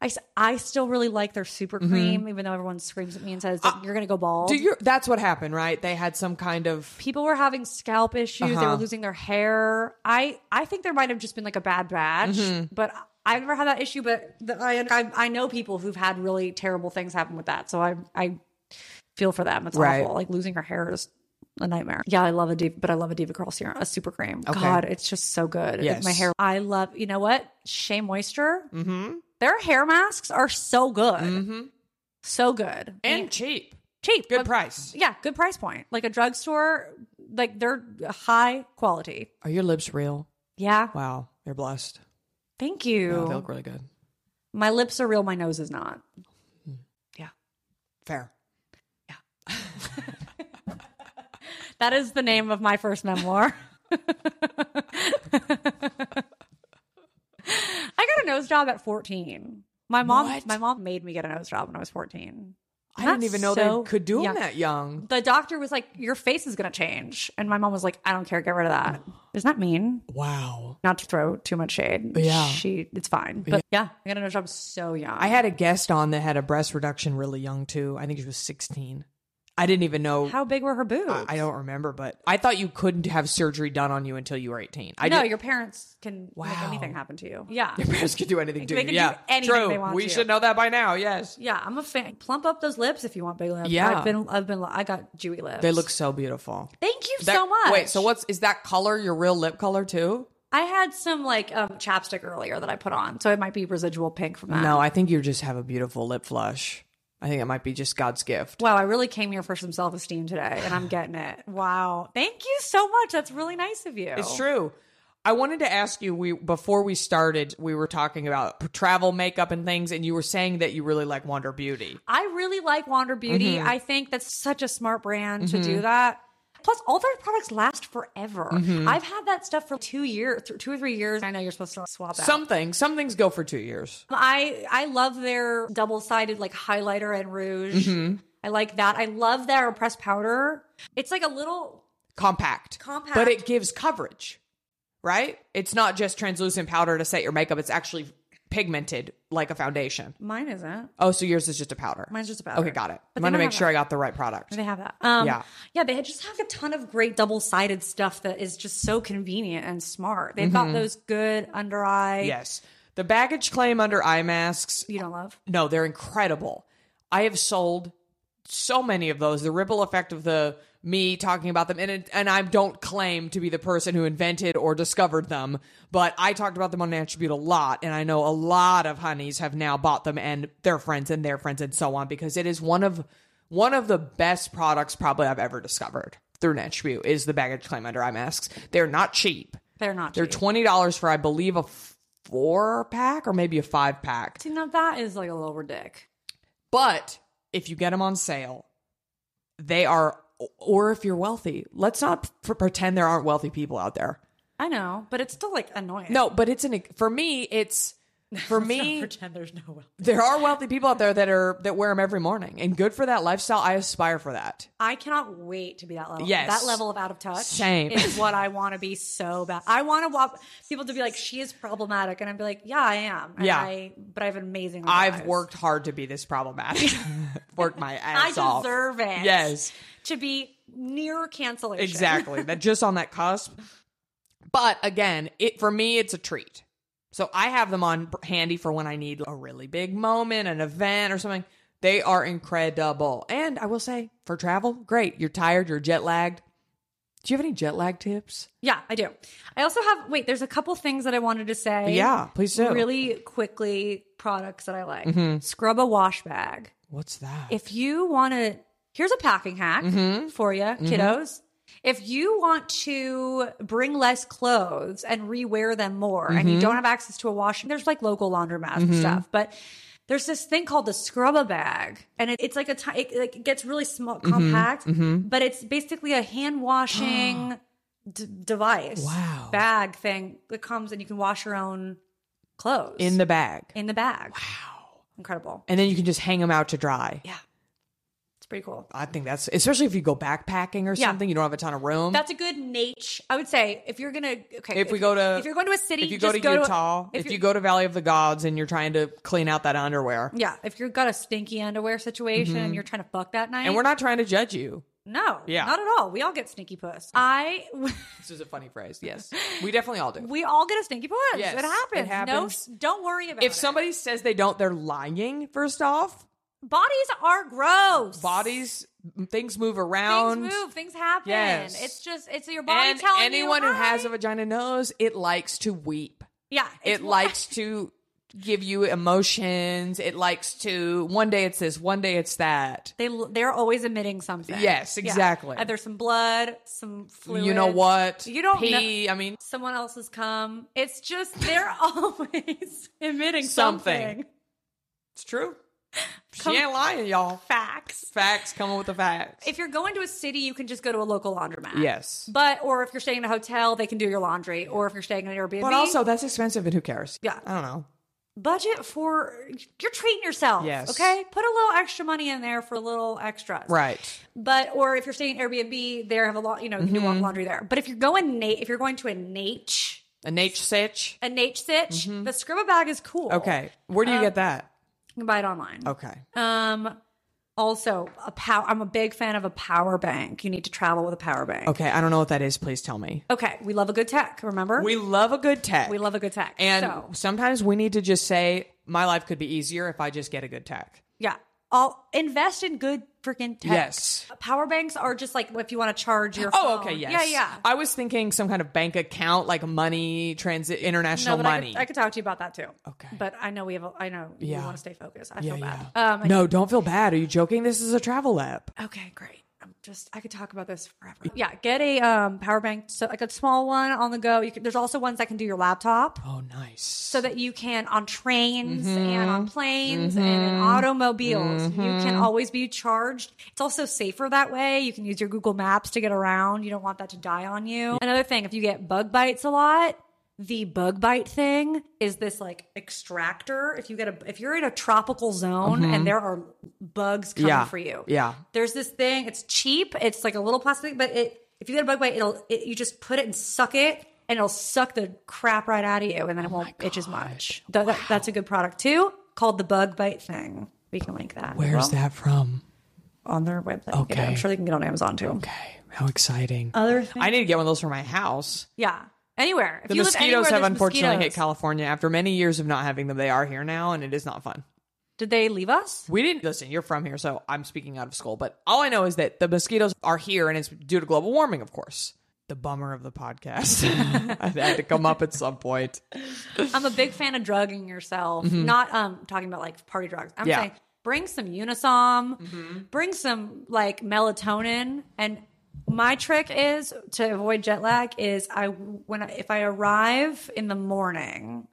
S2: I, s- I still really like their super cream, even though everyone screams at me and says, that You're going to go bald
S1: Mm-hmm. Uh, Do you? That's what happened, right? They had some kind of
S2: people were having scalp issues they
S1: Uh-huh.
S2: were losing their hair i i think there might have just been like a bad batch
S1: Mm-hmm.
S2: but i've never had that issue but the, I, I i know people who've had really terrible things happen with that so i i feel for them it's
S1: Right.
S2: awful like losing your hair is a nightmare yeah i love a diva but i love a diva curl serum a super cream god it's just so good Like,
S1: Yes.
S2: my hair i love you know what shea moisture mm-hmm. their hair masks are so good so good
S1: Mm-hmm. and cheap,
S2: cheap
S1: good
S2: Like,
S1: price.
S2: yeah, good price point. Like a drugstore, like they're high quality.
S1: Are your lips real?
S2: Yeah.
S1: Wow, you're blessed.
S2: Thank you.
S1: No, they look really good.
S2: my lips are real, my nose is not. Yeah.
S1: Fair.
S2: That is the name of my first memoir. (laughs) I got a nose job at 14. My mom
S1: What?
S2: my mom made me get a nose job when I was 14.
S1: I didn't
S2: That's
S1: even know
S2: so
S1: they could do them
S2: young.
S1: that young.
S2: The doctor was like, "Your face is going to change." And my mom was like, "I don't care, get rid of that." Isn't that mean?
S1: Wow.
S2: not to throw too much shade.
S1: Yeah.
S2: She it's fine. But yeah, I got a nose job so young.
S1: I had a guest on that had a breast reduction really young too. I think she was 16. I didn't even know.
S2: how big were her boobs?
S1: I, I don't remember, but I thought you couldn't have surgery done on you until you were 18. I
S2: know
S1: did-
S2: your parents can make
S1: Wow.
S2: anything happen to you. Yeah.
S1: (laughs) your parents could do anything to
S2: They
S1: you.
S2: can do
S1: yeah.
S2: anything
S1: True.
S2: they want
S1: we
S2: to.
S1: should know that by now. Yes.
S2: Yeah, I'm a fan. Plump up those lips if you want big lips.
S1: Yeah.
S2: I've been I've been I got dewy lips.
S1: They look so beautiful.
S2: Thank you
S1: That-
S2: so much.
S1: Wait, so what's is that color your real lip color too?
S2: I had some like um, chapstick earlier that I put on, so it might be residual pink from that.
S1: No, I think you just have a beautiful lip flush. I think it might be just God's gift.
S2: Wow, I really came here for some self esteem today, and I'm getting it. Wow, thank you so much. That's really nice of you.
S1: It's true. I wanted to ask you we before we started we were talking about p- travel makeup and things and you were saying that you really like Wonder Beauty.
S2: I really like Wander Beauty.
S1: Mm-hmm.
S2: I think that's such a smart brand to do that. Plus, all their products last forever.
S1: Mm-hmm.
S2: I've had that stuff for two years, th- two or three years. I know you're supposed to swap out.
S1: Some things some things go for 2 years.
S2: I I love their double sided like highlighter and rouge.
S1: Mm-hmm.
S2: I like that. I love their pressed powder. It's like a little
S1: Compact.
S2: Compact.
S1: But it gives coverage. Right? It's not just translucent powder to set your makeup, it's actually pigmented like a foundation.
S2: mine isn't.
S1: Oh, so yours is just a powder.
S2: Mine's just a powder.
S1: Okay, got it. I'm
S2: But they
S1: going to
S2: don't
S1: make
S2: have
S1: sure
S2: that.
S1: I got the right product.
S2: They have that. Um,
S1: Yeah.
S2: yeah. Yeah, they just have a ton of great double sided stuff that is just so convenient and smart. They've got those good under eye.
S1: Mm-hmm. Yes. The baggage claim under eye masks
S2: You don't love?
S1: No, they're incredible. I have sold so many of those. The ripple effect of the me talking about them, and it, and I don't claim to be the person who invented or discovered them, but I talked about them on Attribute a lot, and I know a lot of honeys have now bought them and their friends and their friends and so on because it is one of one of the best products probably I've ever discovered through Attribute is the baggage claim under eye masks. They're not cheap.
S2: They're not
S1: They're
S2: cheap.
S1: twenty dollars for I believe a four pack or maybe a five pack.
S2: See, now that is like a lower dick.
S1: But if you get them on sale, they are, or if you're wealthy, let's not p- pretend there aren't wealthy people out there.
S2: I know, but it's still like annoying.
S1: (laughs) No, but it's an, e, for me, it's, for
S2: (laughs)
S1: me,
S3: pretend there's no will.
S1: there are wealthy people out there that are, that wear them every morning and good for that lifestyle. I aspire for that.
S2: I cannot wait to be that level.
S1: Yes.
S2: That level of out of touch
S1: Same.
S2: is what I want to be so bad. I want to want people to be like, she is problematic. And I'd be like, yeah, I am. And
S1: Yeah.
S2: I, but I have amazing
S1: I've
S2: lives.
S1: worked hard to be this problematic. (laughs) worked my
S2: I
S1: ass off.
S2: deserve it.
S1: Yes.
S2: To be near cancellation.
S1: Exactly. that just on that cusp. But again, it for me it's a treat. So I have them on handy for when I need a really big moment, an event or something. They are incredible. And I will say, for travel, great. You're tired, you're jet lagged. Do you have any jet lag tips?
S2: (laughs) Yeah, I do. I also have wait, there's a couple things that I wanted to say.
S1: Yeah, please do.
S2: Really quickly, products that I like. Scrub a wash bag.
S1: What's that?
S2: If you want to here's a packing hack
S1: Mm-hmm.
S2: for you, kiddos. If you want to bring less clothes and rewear them more and
S1: Mm-hmm.
S2: you don't have access to a wash, there's like local laundromats and stuff, but there's this thing called the scrub a bag and it, it's like a ti- it, like, it gets really small
S1: Mm-hmm.
S2: compact, but it's basically a hand
S1: (gasps)
S2: washing d- device.
S1: Wow.
S2: Bag thing that comes and you can wash your own clothes
S1: in the bag.
S2: in the bag. Wow. Incredible.
S1: and then you can just hang them out to dry.
S2: Yeah. It's pretty cool.
S1: I think that's especially if you go backpacking or
S2: Yeah.
S1: something, you don't have a ton of room.
S2: That's a good nature. I would say if you're gonna okay.
S1: Mm-hmm. if we go to
S2: if you're going to a city,
S1: if you go
S2: just
S1: to
S2: go
S1: Utah,
S2: to,
S1: if, you go to Valley of the Gods and you're trying to clean out that underwear,
S2: yeah, if you've got a stinky underwear situation and you're trying to fuck that night,
S1: Mm-hmm. and we're not trying to judge you.
S2: no,
S1: Yeah.
S2: not at all. We all get stinky puss. I (laughs)
S1: This is a funny phrase. Yes, we definitely all do.
S2: we all get a stinky puss.
S1: Yes,
S2: it happens.
S1: it happens.
S2: No, don't worry about it.
S1: If somebody says they don't, they're lying. First off,
S2: bodies are gross,
S1: bodies, things move around.
S2: things move, things happen.
S1: Yes.
S2: It's just it's your body
S1: And
S2: telling
S1: anyone
S2: you,
S1: who has
S2: "Hi."
S1: a vagina knows it likes to weep.
S2: yeah, it's
S1: it
S2: wa-
S1: likes to give you emotions. It likes to one day it's this, one day it's that.
S2: They they're always emitting something.
S1: Yes,
S2: Yeah.
S1: exactly.
S2: Either some blood, some fluid.
S1: You know what?
S2: You don't
S1: pee.
S2: know.
S1: I mean,
S2: Someone else has come. It's just they're (laughs) always emitting
S1: Something.
S2: something.
S1: it's true.
S2: Come-
S1: she ain't lying, y'all.
S2: Facts.
S1: Facts coming with the facts.
S2: If you're going to a city, you can just go to a local laundromat.
S1: Yes.
S2: But or if you're staying in a hotel, they can do your laundry. Or if you're staying in an Airbnb,
S1: But also, that's expensive, and who cares?
S2: Yeah.
S1: I don't know.
S2: budget for you're treating yourself.
S1: Yes.
S2: Okay. Put a little extra money in there for a little extras.
S1: Right.
S2: But or if you're staying in Airbnb, there have a lot. You know, you can do
S1: Mm-hmm.
S2: laundry there. But if you're going Nate, if you're going to a Nate.
S1: A Nate Sitch.
S2: a Nate Sitch. The Scribba bag is cool.
S1: Mm-hmm. Okay. Where do you get that?
S2: You can buy it online.
S1: Okay.
S2: Um also a power I'm a big fan of a power bank. You need to travel with a power bank.
S1: Okay. I don't know what that is. Please tell me.
S2: Okay, we love a good tech, remember?
S1: We love a good tech.
S2: We love a good tech.
S1: And
S2: so,
S1: sometimes we need to just say, my life could be easier if I just get a good tech.
S2: yeah. I'll invest in good freaking tech.
S1: Yes.
S2: Power banks are just like if you want to charge your
S1: Oh,
S2: phone.
S1: okay. Yes.
S2: Yeah, yeah.
S1: I was thinking some kind of bank account, like money, transit,
S2: no,
S1: international
S2: but I
S1: money.
S2: could, I could talk to you about that too.
S1: Okay.
S2: But I know we have, a, I know you
S1: Yeah.
S2: want to stay focused. I
S1: yeah,
S2: feel
S1: yeah.
S2: bad. Um,
S1: no, don't feel bad. Are you joking? This is a travel app.
S2: Okay, great. I'm just I could talk about this forever. Yeah, get a um, power bank, so like a small one on the go. You can, there's also ones that can do your laptop,
S1: Oh, nice.
S2: so that you can on trains and
S1: Mm-hmm.
S2: on planes and in automobiles. You can always be charged. It's also safer that way. You can use your Google Maps to get around. You don't want that to die on you. Another thing, if you get bug bites a lot. The bug bite thing is this like extractor. If you get a, if you're in a tropical zone and there are bugs coming
S1: Mm-hmm. yeah.
S2: for you,
S1: Yeah.
S2: there's this thing. It's cheap. It's like a little plastic, but it if you get a bug bite, it'll it, you just put it and suck it, and it'll suck the crap right out of you, and then it
S1: Oh
S2: won't itch as much. Th- that- that's a good product too, called the bug bite thing. We can link that. as
S1: Where's
S2: well
S1: that from?
S2: on their website? Okay,
S1: Okay.
S2: I'm sure they can get on Amazon too.
S1: Okay. How exciting.
S2: Other thing,
S1: I need to get one of those for my house.
S2: yeah, anywhere. If
S1: The
S2: you live
S1: mosquitoes
S2: anywhere,
S1: have
S2: there's
S1: unfortunately hit
S2: mosquitoes.
S1: California after many years of not having them. They are here now, and it is not fun.
S2: Did they leave us?
S1: We didn't listen. You're from here, so I'm speaking out of school. But all I know is that the mosquitoes are here, and it's due to global warming, of course. The bummer of the podcast. (laughs) I had to come up at some point.
S2: (laughs) I'm a big fan of drugging yourself. Not um talking about like party drugs. I'm
S1: Yeah.
S2: saying bring some Unisom, bring some like melatonin. And my trick is to avoid jet lag is I when I, if I arrive in the morning,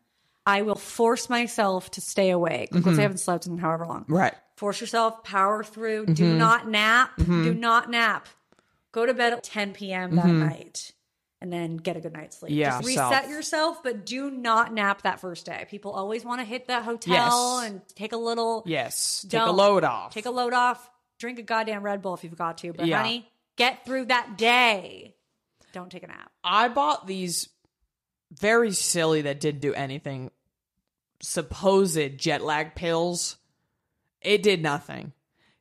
S2: I will force myself to stay awake. Like, Let's say I haven't slept in however long.
S1: Right.
S2: Force yourself, power through.
S1: Mm-hmm.
S2: Do not nap. Do not nap. Go to bed at 10 p.m. that night and then get a good night's sleep.
S1: Mm-hmm. Yeah,
S2: Just reset
S1: self.
S2: yourself, but do not nap that first day. People always want to hit that hotel
S1: Yes.
S2: and take a little.
S1: Yes. Take a
S2: Don't.
S1: load off.
S2: Take a load off. Drink a goddamn Red Bull if you've got to. But
S1: Yeah.
S2: honey, get through that day. Don't take a nap.
S1: I bought these very silly that didn't do anything supposed jet lag pills. It did nothing.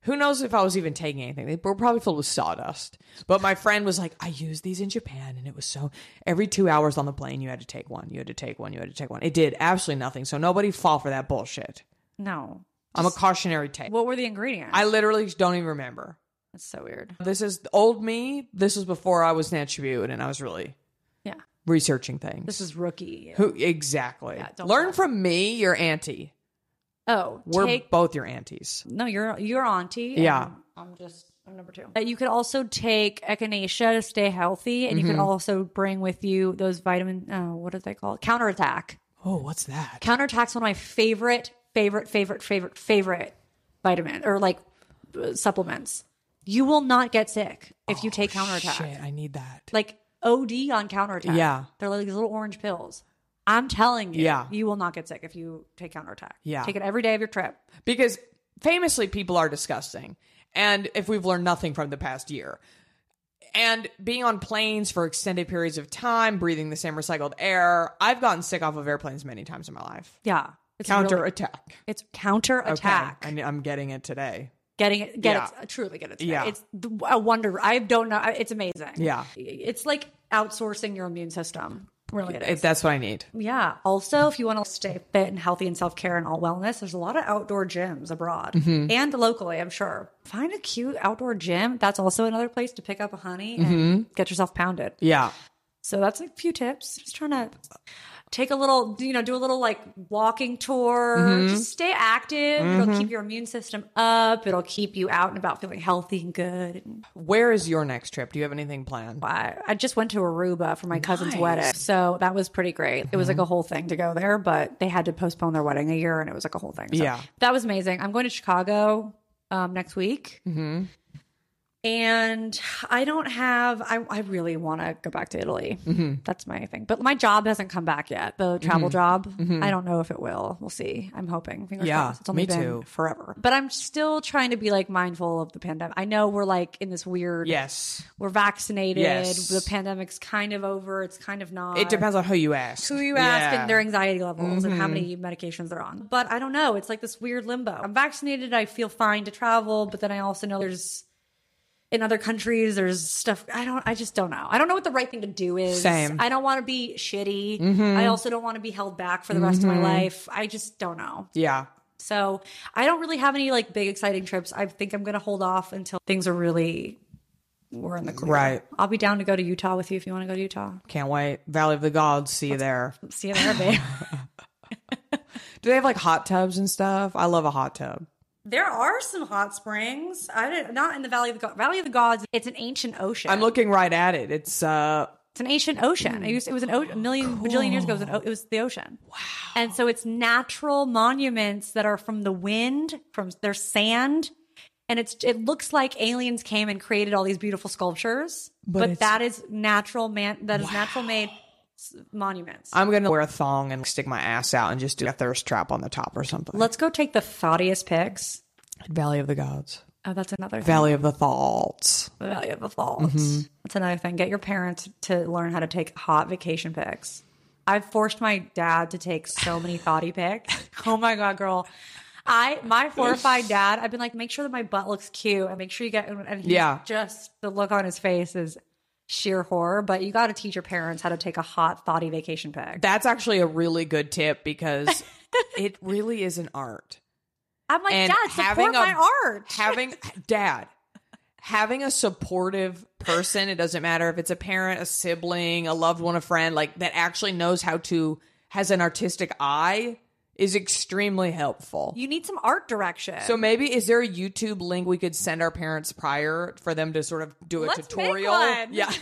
S1: Who knows if I was even taking anything? They were probably filled with sawdust. But my friend was like, I used these in Japan and it was so every two hours on the plane you had to take one. You had to take one. You had to take one. It did absolutely nothing. So nobody fall for that bullshit.
S2: No.
S1: I'm a cautionary tale.
S2: What were the ingredients?
S1: I literally don't even remember.
S2: That's so weird.
S1: This is old me. This was before I was an attribute and I was really
S2: Yeah.
S1: researching things.
S2: This is rookie.
S1: Who exactly?
S2: don't
S1: Learn
S2: fall.
S1: from me, your auntie.
S2: Oh,
S1: We're
S2: take
S1: both your aunties.
S2: No, you're you're auntie. and
S1: Yeah.
S2: I'm just I'm number two. But you could also take echinacea to stay healthy, and
S1: Mm-hmm.
S2: you could also bring with you those vitamin. Uh, what are they called? Counterattack.
S1: Oh, what's that?
S2: Counterattack's one of my favorite, favorite, favorite, favorite, favorite vitamin or like uh, supplements. You will not get sick if you take counterattack.
S1: Oh, Shit, I need that.
S2: Like OD on counterattack.
S1: Yeah.
S2: they're like these little orange pills. I'm telling you,
S1: Yeah.
S2: you will not get sick if you take counterattack.
S1: Yeah.
S2: take it every day of your trip.
S1: Because famously, people are disgusting. And if we've learned nothing from the past year, and being on planes for extended periods of time, breathing the same recycled air, I've gotten sick off of airplanes many times in my life.
S2: Yeah, it's really-
S1: Counterattack.
S2: It's counter attack.
S1: Okay. I- I'm getting it today.
S2: Getting it, get
S1: Yeah.
S2: it, truly get it.
S1: Yeah.
S2: Yeah, it's the- a wonder. I don't know. I- It's amazing.
S1: Yeah.
S2: it's like outsourcing your immune system. Really, it
S1: If
S2: is.
S1: that's what I need.
S2: yeah. Also, if you want to stay fit and healthy and self care and all wellness, there's a lot of outdoor gyms abroad
S1: Mm-hmm.
S2: and locally. I'm sure. Find a cute outdoor gym. That's also another place to pick up a honey
S1: Mm-hmm.
S2: and get yourself pounded.
S1: Yeah.
S2: So that's like a few tips. Just trying to take a little, you know, do a little like walking tour. Just stay active. It'll keep your immune system up. It'll keep you out and about feeling healthy and good. And
S1: Where is your next trip? Do you have anything planned?
S2: I, I just went to Aruba for my cousin's wedding. So that was pretty great. It was like a whole thing to go there, but they had to postpone their wedding a year and it was like a whole thing. So
S1: Yeah.
S2: That was amazing. I'm going to Chicago um, next week.
S1: Mm-hmm.
S2: And I don't have, I, I really want to go back to Italy.
S1: Mm-hmm.
S2: That's my thing. But my job hasn't come back yet, the travel job. I don't know if it will. We'll see. I'm hoping.
S1: Mm-hmm.
S2: Fingers
S1: Yeah,
S2: crossed. It's only
S1: me
S2: been
S1: too.
S2: forever. But I'm still trying to be like mindful of the pandemic. I know we're like in this weird,
S1: Yes.
S2: we're vaccinated.
S1: Yes.
S2: The pandemic's kind of over. It's kind of not.
S1: It depends on who you ask.
S2: who you ask
S1: Yeah. Mm-hmm.
S2: and their anxiety levels and how many medications they're on. But I don't know. It's like this weird limbo. I'm vaccinated. I feel fine to travel, but then I also know there's in other countries there's stuff I don't. I just don't know. I don't know what the right thing to do is.
S1: Same. Mm-hmm.
S2: I don't want to be shitty. I also don't want to be held back for the rest of my life. I just don't know.
S1: Yeah.
S2: So I don't really have any like big exciting trips. I think I'm gonna hold off until things are really we're in the clear.
S1: Right.
S2: I'll be down to go to Utah with you if you want to go to Utah.
S1: Can't wait. Valley of the Gods. See you there.
S2: See you
S1: (laughs)
S2: there, babe.
S1: Do they have like hot tubs and stuff? I love a hot tub.
S2: there are some hot springs. I did not in the Valley of the Go- Valley of the Gods. It's an ancient ocean.
S1: I'm looking right at it. It's uh
S2: It's an ancient ocean. It was, it was an o- a million bajillion years ago. It was, an o- it was the ocean. Wow. And so it's natural monuments that are from the wind, from their sand, and it's it looks like aliens came and created all these beautiful sculptures. But,
S1: it's-
S2: that is natural man. That is natural made s- monuments.
S1: I'm gonna wear a thong and stick my ass out and just do a thirst trap on the top or something.
S2: Let's go take the thoughtiest pics.
S1: Valley of the Gods.
S2: Oh, that's another thing.
S1: Valley of the Thoughts.
S2: the value of the fault.
S1: Mm-hmm.
S2: That's another thing. Get your parents to learn how to take hot vacation pics. I've forced my dad to take so
S1: (laughs)
S2: many thoughty pics. Oh my god, girl. I my
S1: (laughs)
S2: horrified dad. I've been like, make sure that my butt looks cute, and make sure you get. And he's
S1: Yeah.
S2: just the look on his face is sheer horror. But you got to teach your parents how to take a hot thoughty vacation
S1: (laughs)
S2: pic.
S1: That's actually a really good tip because it really is an art.
S2: I'm like,
S1: and
S2: Dad, support my art. (laughs)
S1: having dad, having a supportive person. It doesn't matter if it's a parent, a sibling, a loved one, a friend, like that actually knows how to has an artistic eye is extremely helpful.
S2: you need some art direction.
S1: so maybe is there a YouTube link we could send our parents prior for them to sort of do a
S2: Let's make
S1: tutorial?
S2: one. (laughs)
S1: Yeah.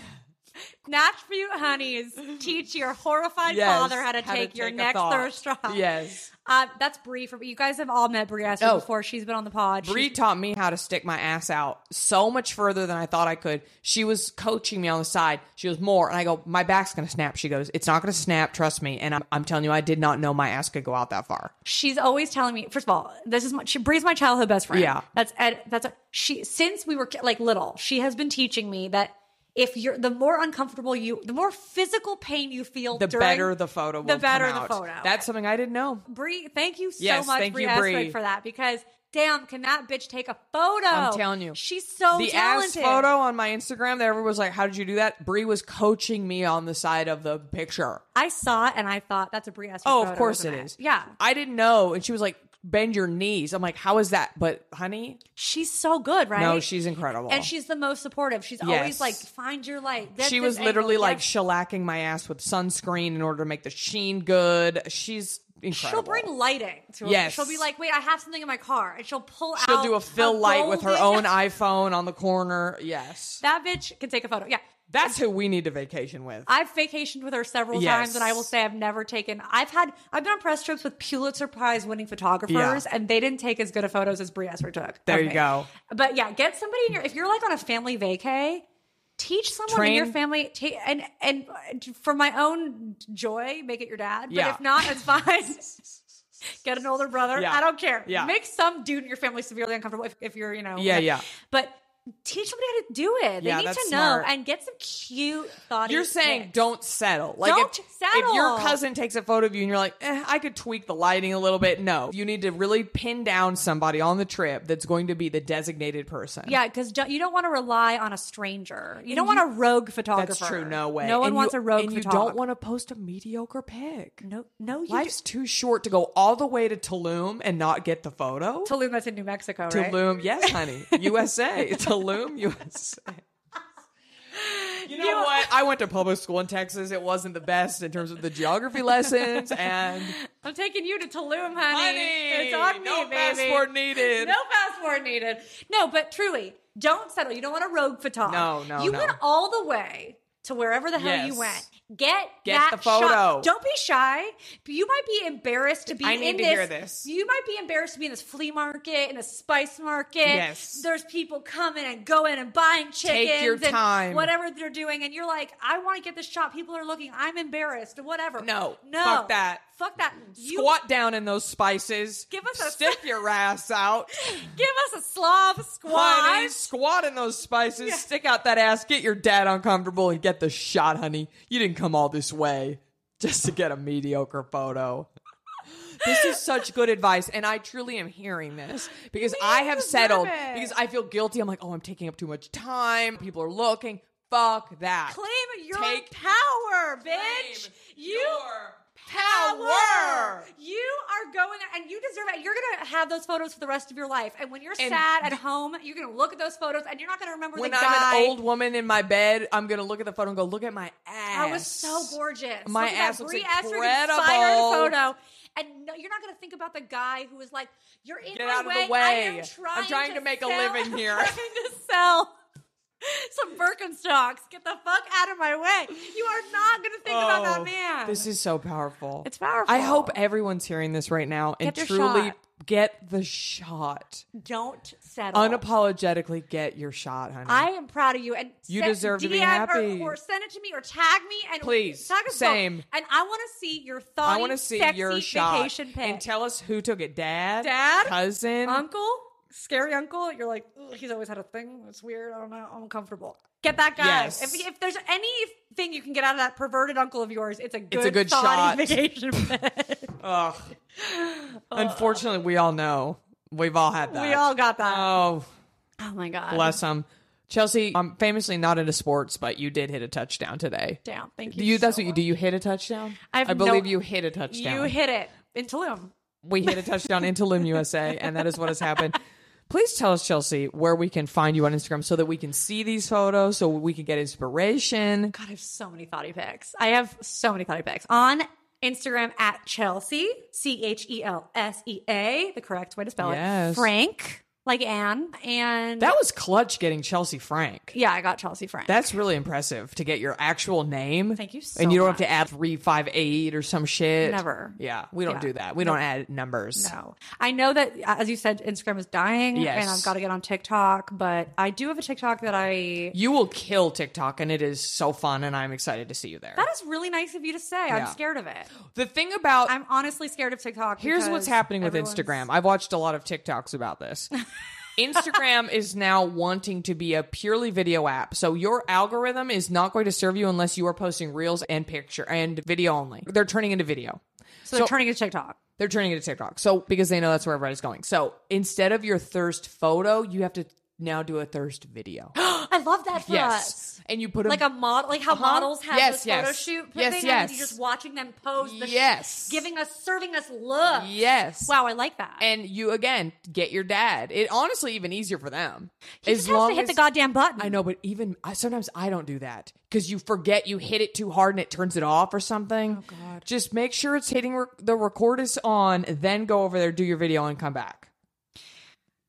S2: Natch Butte Honeys teach your horrified
S1: Yes.
S2: father how to take your
S1: a
S2: next
S1: thought.
S2: thirst drop.
S1: Yes.
S2: Uh, that's Bree from you guys have all met Bree Astor
S1: Oh.
S2: before. She's been on the pod.
S1: Bree
S2: She's-
S1: taught me how to stick my ass out so much further than I thought I could. She was coaching me on the side. She goes, more. And I go, my back's going to snap. She goes, it's not going to snap. Trust me. And I'm, I'm telling you, I did not know my ass could go out that far.
S2: she's always telling me. First of all, this is my, she, Bree's my childhood best friend.
S1: Yeah.
S2: that's Ed, that's she since we were ki- like little. She has been teaching me that if you're the more uncomfortable you, the more physical pain you feel,
S1: The
S2: during-
S1: better the photo will
S2: the better
S1: come
S2: the
S1: out.
S2: photo.
S1: That's something I didn't know.
S2: Bree, thank you so
S1: Yes,
S2: much,
S1: thank
S2: Bree
S1: you,
S2: Astor,
S1: Bree.
S2: for that because damn, can that bitch take a photo?
S1: I'm telling you.
S2: she's so
S1: the
S2: talented.
S1: ass photo on my Instagram that everyone was like, how did you do that? Bree was coaching me on the side of the picture.
S2: I saw it and I thought that's a Brie Esther.
S1: Oh,
S2: photo,
S1: of course
S2: isn't
S1: it is.
S2: Yeah,
S1: I didn't know. And she was like, bend your knees. I'm like, how is that? But honey,
S2: she's so good, right?
S1: no, she's incredible.
S2: and she's the most supportive. She's
S1: Yes.
S2: always like, find your light. That's
S1: she was
S2: this
S1: literally
S2: angle.
S1: like
S2: That's-
S1: shellacking my ass with sunscreen in order to make the sheen good. She's incredible.
S2: she'll bring lighting to it.
S1: Yes.
S2: she'll be like, wait, I have something in my car, and she'll pull out.
S1: She'll do a fill light with
S2: (laughs)
S1: her own
S2: golden-
S1: iPhone on the corner. Yes,
S2: That bitch can take a photo. Yeah.
S1: that's who we need to vacation with.
S2: I've vacationed with her several
S1: Yes.
S2: times, and I will say I've never taken. I've had I've been on press trips with Pulitzer Prize winning photographers,
S1: Yeah.
S2: and they didn't take as good of photos as Brie Esser took. of
S1: There you
S2: me.
S1: go.
S2: But yeah, get somebody in your if you're like on a family vacay. Teach someone in your
S1: Train-
S2: family, ta and and uh, for my own joy, make it your dad. But
S1: Yeah.
S2: if not, it's fine. (laughs) Get an older brother.
S1: Yeah.
S2: I don't care.
S1: Yeah.
S2: Make some dude in your family severely uncomfortable if, if you're, you know.
S1: Yeah, yeah.
S2: But teach somebody how to do it. They
S1: Yeah,
S2: need to
S1: that's
S2: know
S1: smart.
S2: and get some cute thought.
S1: you're saying don't settle. Like
S2: Don't
S1: if,
S2: settle.
S1: If your cousin takes a photo of you and you're like, eh, I could tweak the lighting a little bit. No, you need to really pin down somebody on the trip that's going to be the designated person.
S2: Yeah, because you don't want to rely on a stranger. You don't want a rogue photographer.
S1: That's true. No way.
S2: No one
S1: And you-
S2: wants a rogue
S1: And you
S2: photographer.
S1: don't want to post a mediocre pic.
S2: No, no. You
S1: Life's
S2: Life's
S1: too short to go all the way to Tulum and not get the photo.
S2: Tulum. That's in New Mexico, right?
S1: Tulum, yes,
S2: (laughs)
S1: honey. USA. Tulum, USA. You know
S2: You-
S1: what? I went to public school in Texas. It wasn't the best in terms of the geography lessons
S2: (laughs)
S1: and
S2: I'm taking you to Tulum, honey.
S1: honey,
S2: it's on
S1: no
S2: me, baby.
S1: passport needed.
S2: No passport needed. No, but truly, don't settle. You don't want a rogue photographer.
S1: No, no,
S2: You
S1: no.
S2: went all the way to wherever the hell you
S1: Yes.
S2: went. Get,
S1: Get
S2: that
S1: the photo.
S2: shot. Don't be shy. You might be embarrassed to be
S1: I
S2: in
S1: need to
S2: this.
S1: hear this.
S2: You might be embarrassed to be in this flea market, in a spice market.
S1: Yes.
S2: There's people coming and going and buying chickens.
S1: your
S2: and
S1: time.
S2: Whatever they're doing. And you're like, I want to get this shot. People are looking. I'm embarrassed. Whatever.
S1: No.
S2: No.
S1: Fuck that.
S2: Fuck that. You-
S1: Squat down in those spices.
S2: Give us a-
S1: stick your ass
S2: (laughs)
S1: out.
S2: Give us a slob
S1: Honey,
S2: squat.
S1: squat in those spices. Stick out that ass. Get your dad uncomfortable and get the shot, honey. You didn't come all this way just to get a mediocre photo. this is such good advice, and I truly am hearing this because I have settled
S2: it.
S1: because I feel guilty. I'm like, oh, I'm taking up too much time. People are looking. Fuck that.
S2: Claim your
S1: Take
S2: power,
S1: claim
S2: bitch. You
S1: your
S2: power.
S1: power.
S2: You are going there and you deserve it. You're gonna have those photos for the rest of your life. And when you're
S1: And
S2: sad at home, you're gonna look at those photos and you're not gonna remember
S1: When
S2: the
S1: I'm
S2: guy.
S1: an old woman in my bed, I'm gonna look at the photo and go, look at my ass.
S2: I was so gorgeous.
S1: My
S2: Look at
S1: ass
S2: that
S1: looks
S2: Brie Esther inspired
S1: incredible.
S2: photo. And no, you're not going to think about the guy who was like, "You're in
S1: Get
S2: my
S1: out of the
S2: way. I
S1: way.
S2: am
S1: I'm
S2: trying
S1: trying to make a
S2: sell- (laughs)
S1: living here."
S2: I'm trying to sell some Birkenstocks. Get the fuck out of my way. You are not going to think about that
S1: Oh,
S2: man.
S1: This is so powerful.
S2: It's powerful.
S1: I hope everyone's hearing this right now and
S2: Get your
S1: truly
S2: shot.
S1: get the shot.
S2: don't settle.
S1: Unapologetically get your shot, honey.
S2: I am proud of you, and
S1: You
S2: send-
S1: deserve to be
S2: DM
S1: happy.
S2: Or, or send it to me, or tag me, and
S1: Please.
S2: tag us both.
S1: Same.
S2: And I want to see your thought.
S1: I want to see
S2: sexy
S1: your shot.
S2: vacation pic.
S1: And tell us who took it. Dad?
S2: Dad?
S1: Cousin?
S2: uncle, scary uncle, you're like, "Ugh, he's always had a thing. It's weird. I don't know. I'm uncomfortable. Get that guy.
S1: Yes.
S2: If, if there's anything you can get out of that perverted uncle of yours, it's a good,
S1: a good shot. (laughs)
S2: thought vacation.
S1: Ugh. Unfortunately, we all know. We've all had that.
S2: we all got that.
S1: Oh,
S2: oh my god.
S1: bless them. Chelsea, I'm famously not into sports, but you did hit a touchdown today.
S2: Damn. Thank you.
S1: You, that's
S2: so
S1: what you do. You hit a touchdown.
S2: I have
S1: believe
S2: no-
S1: you hit a touchdown.
S2: You hit it in Tulum.
S1: we hit a touchdown into Lim USA, and that is what has happened. Please tell us, Chelsea, where we can find you on Instagram so that we can see these photos, so we can get inspiration.
S2: God, I have so many thoughty pics. I have so many thoughty pics on Instagram at Chelsea C H E L S E A, the correct way to spell
S1: Yes.
S2: it. Frank, like Anne, and
S1: That was clutch getting Chelsea Frank.
S2: yeah, I got Chelsea Frank.
S1: That's really impressive to get your actual name.
S2: Thank you so
S1: And you don't have
S2: much.
S1: to add three five eight or some shit.
S2: Never.
S1: Yeah, we don't
S2: Yeah.
S1: do that. We don't add numbers.
S2: no. I know that as you said, Instagram is dying,
S1: Yes.
S2: and I've got to get on TikTok. But I do have a TikTok that I.
S1: You will kill TikTok, and it is so fun, and I'm excited to see you there.
S2: That is really nice of you to say.
S1: Yeah.
S2: I'm scared of it.
S1: the thing about
S2: I'm honestly scared of TikTok.
S1: Here's
S2: because
S1: what's happening with
S2: everyone's-
S1: Instagram. I've watched a lot of TikToks about
S2: (laughs)
S1: this. Instagram is now wanting to be a purely video app. So your algorithm is not going to serve you unless you are posting reels and picture and video only. They're turning into video.
S2: So they're turning to TikTok.
S1: They're turning into TikTok. So because they know that's where everybody's going. So instead of your thirst photo, you have to now do a thirst
S2: (gasps)
S1: video.
S2: I love that for us.
S1: yes. And you put 'em-
S2: like a model, like how models have
S1: Yes,
S2: this photo
S1: yes.
S2: shoot
S1: Yes,
S2: thing,
S1: yes.
S2: and you're just watching them pose, the
S1: Yes.
S2: giving us, serving us love.
S1: Yes.
S2: wow, I like that.
S1: and you again get your dad. It honestly even easier for them.
S2: he
S1: as
S2: just has
S1: long
S2: to hit the
S1: as-
S2: goddamn button.
S1: I know, but even I sometimes I don't do that because you forget you hit it too hard and it turns it off or something. Oh God! Just make sure it's hitting rec- the record is on. Then go over there, do your video, and come back.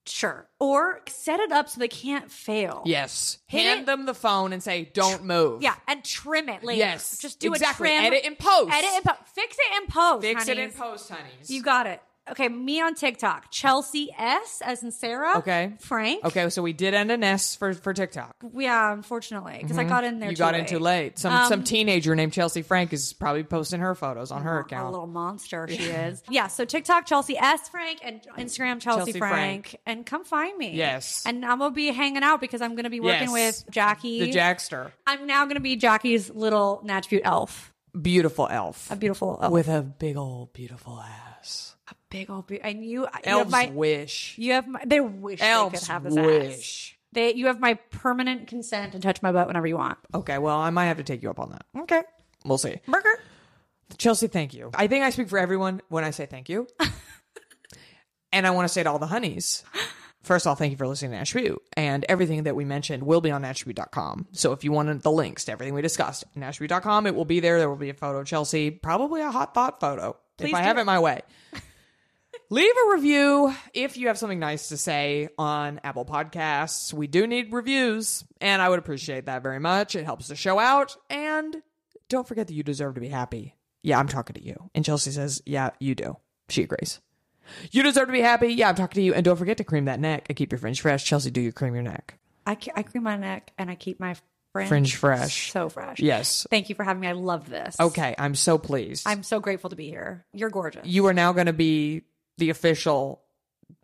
S2: Sure, or set it up so they can't fail.
S1: Yes,
S2: Hit
S1: hand
S2: it-
S1: them the phone and say, "Don't move."
S2: yeah, and trim it later.
S1: Yes,
S2: just do
S1: exactly.
S2: a trim.
S1: Edit and post.
S2: Edit and post. Fix it and post.
S1: fix it in
S2: honeys.
S1: post, honeys.
S2: You got it. Okay, me on TikTok, Chelsea S as in Sarah.
S1: okay,
S2: Frank.
S1: Okay, so we did end an S for for TikTok.
S2: Yeah, unfortunately, because I got in there.
S1: Mm-hmm. You
S2: too
S1: got in
S2: late. Um,
S1: too late. Some some teenager named Chelsea Frank is probably posting her photos on her
S2: A
S1: account.
S2: little monster she is. Yeah. So TikTok Chelsea S Frank and Instagram Chelsea,
S1: Chelsea
S2: Frank.
S1: Frank.
S2: and come find me.
S1: Yes.
S2: And I'm gonna be hanging out because I'm gonna be working
S1: Yes.
S2: with Jackie.
S1: the Jackster,
S2: I'm now gonna be Jackie's little attribute elf,
S1: beautiful elf
S2: a beautiful elf
S1: with a big old beautiful ass.
S2: big old. Be- and you, you have
S1: Elves
S2: my.
S1: wish.
S2: You have my. They wish they could
S1: Elves
S2: have this ass.
S1: wish.
S2: They, you have my permanent consent and touch my butt whenever you want.
S1: Okay, well, I might have to take you up on that.
S2: Okay.
S1: We'll see.
S2: Burger.
S1: Chelsea, thank you. I think I speak for everyone when I say thank
S2: (laughs)
S1: you. and I want to say to all the honeys, first of all, thank you for listening to Attribute. And everything that we mentioned will be on attribute.com. So if you wanted the links to everything we discussed, attribute.com, it will be there. There will be a photo of Chelsea, probably a hot thought photo, if I
S2: do.
S1: have it my way. Leave a review if you have something nice to say on Apple Podcasts. We do need reviews, and I would appreciate that very much. It helps the show out. And don't forget that you deserve to be happy. Yeah, I'm talking to you. And Chelsea says, Yeah, you do. She agrees. You deserve to be happy. Yeah, I'm talking to you. And don't forget to cream that neck and keep your fringe fresh. Chelsea, do you cream your neck?
S2: I, ca- I cream my neck and I keep my fringe,
S1: Fringe fresh. Oh.
S2: So fresh.
S1: Yes.
S2: Thank you for having me. I love this.
S1: Okay, I'm so pleased.
S2: I'm so grateful to be here. You're gorgeous.
S1: you are now going to be the official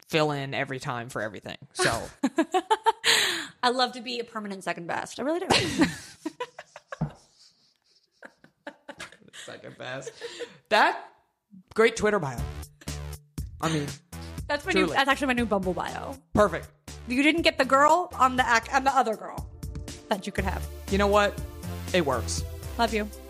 S1: fill in every time for everything. So
S2: I love to be a permanent second best. I
S1: (laughs)
S2: really do.
S1: second best. That great Twitter bio. I mean,
S2: that's my new.
S1: Truly.
S2: That's actually my new Bumble bio.
S1: perfect.
S2: You didn't get the girl on the act. I'm the other girl that you could have.
S1: You know what? It works.
S2: Love you.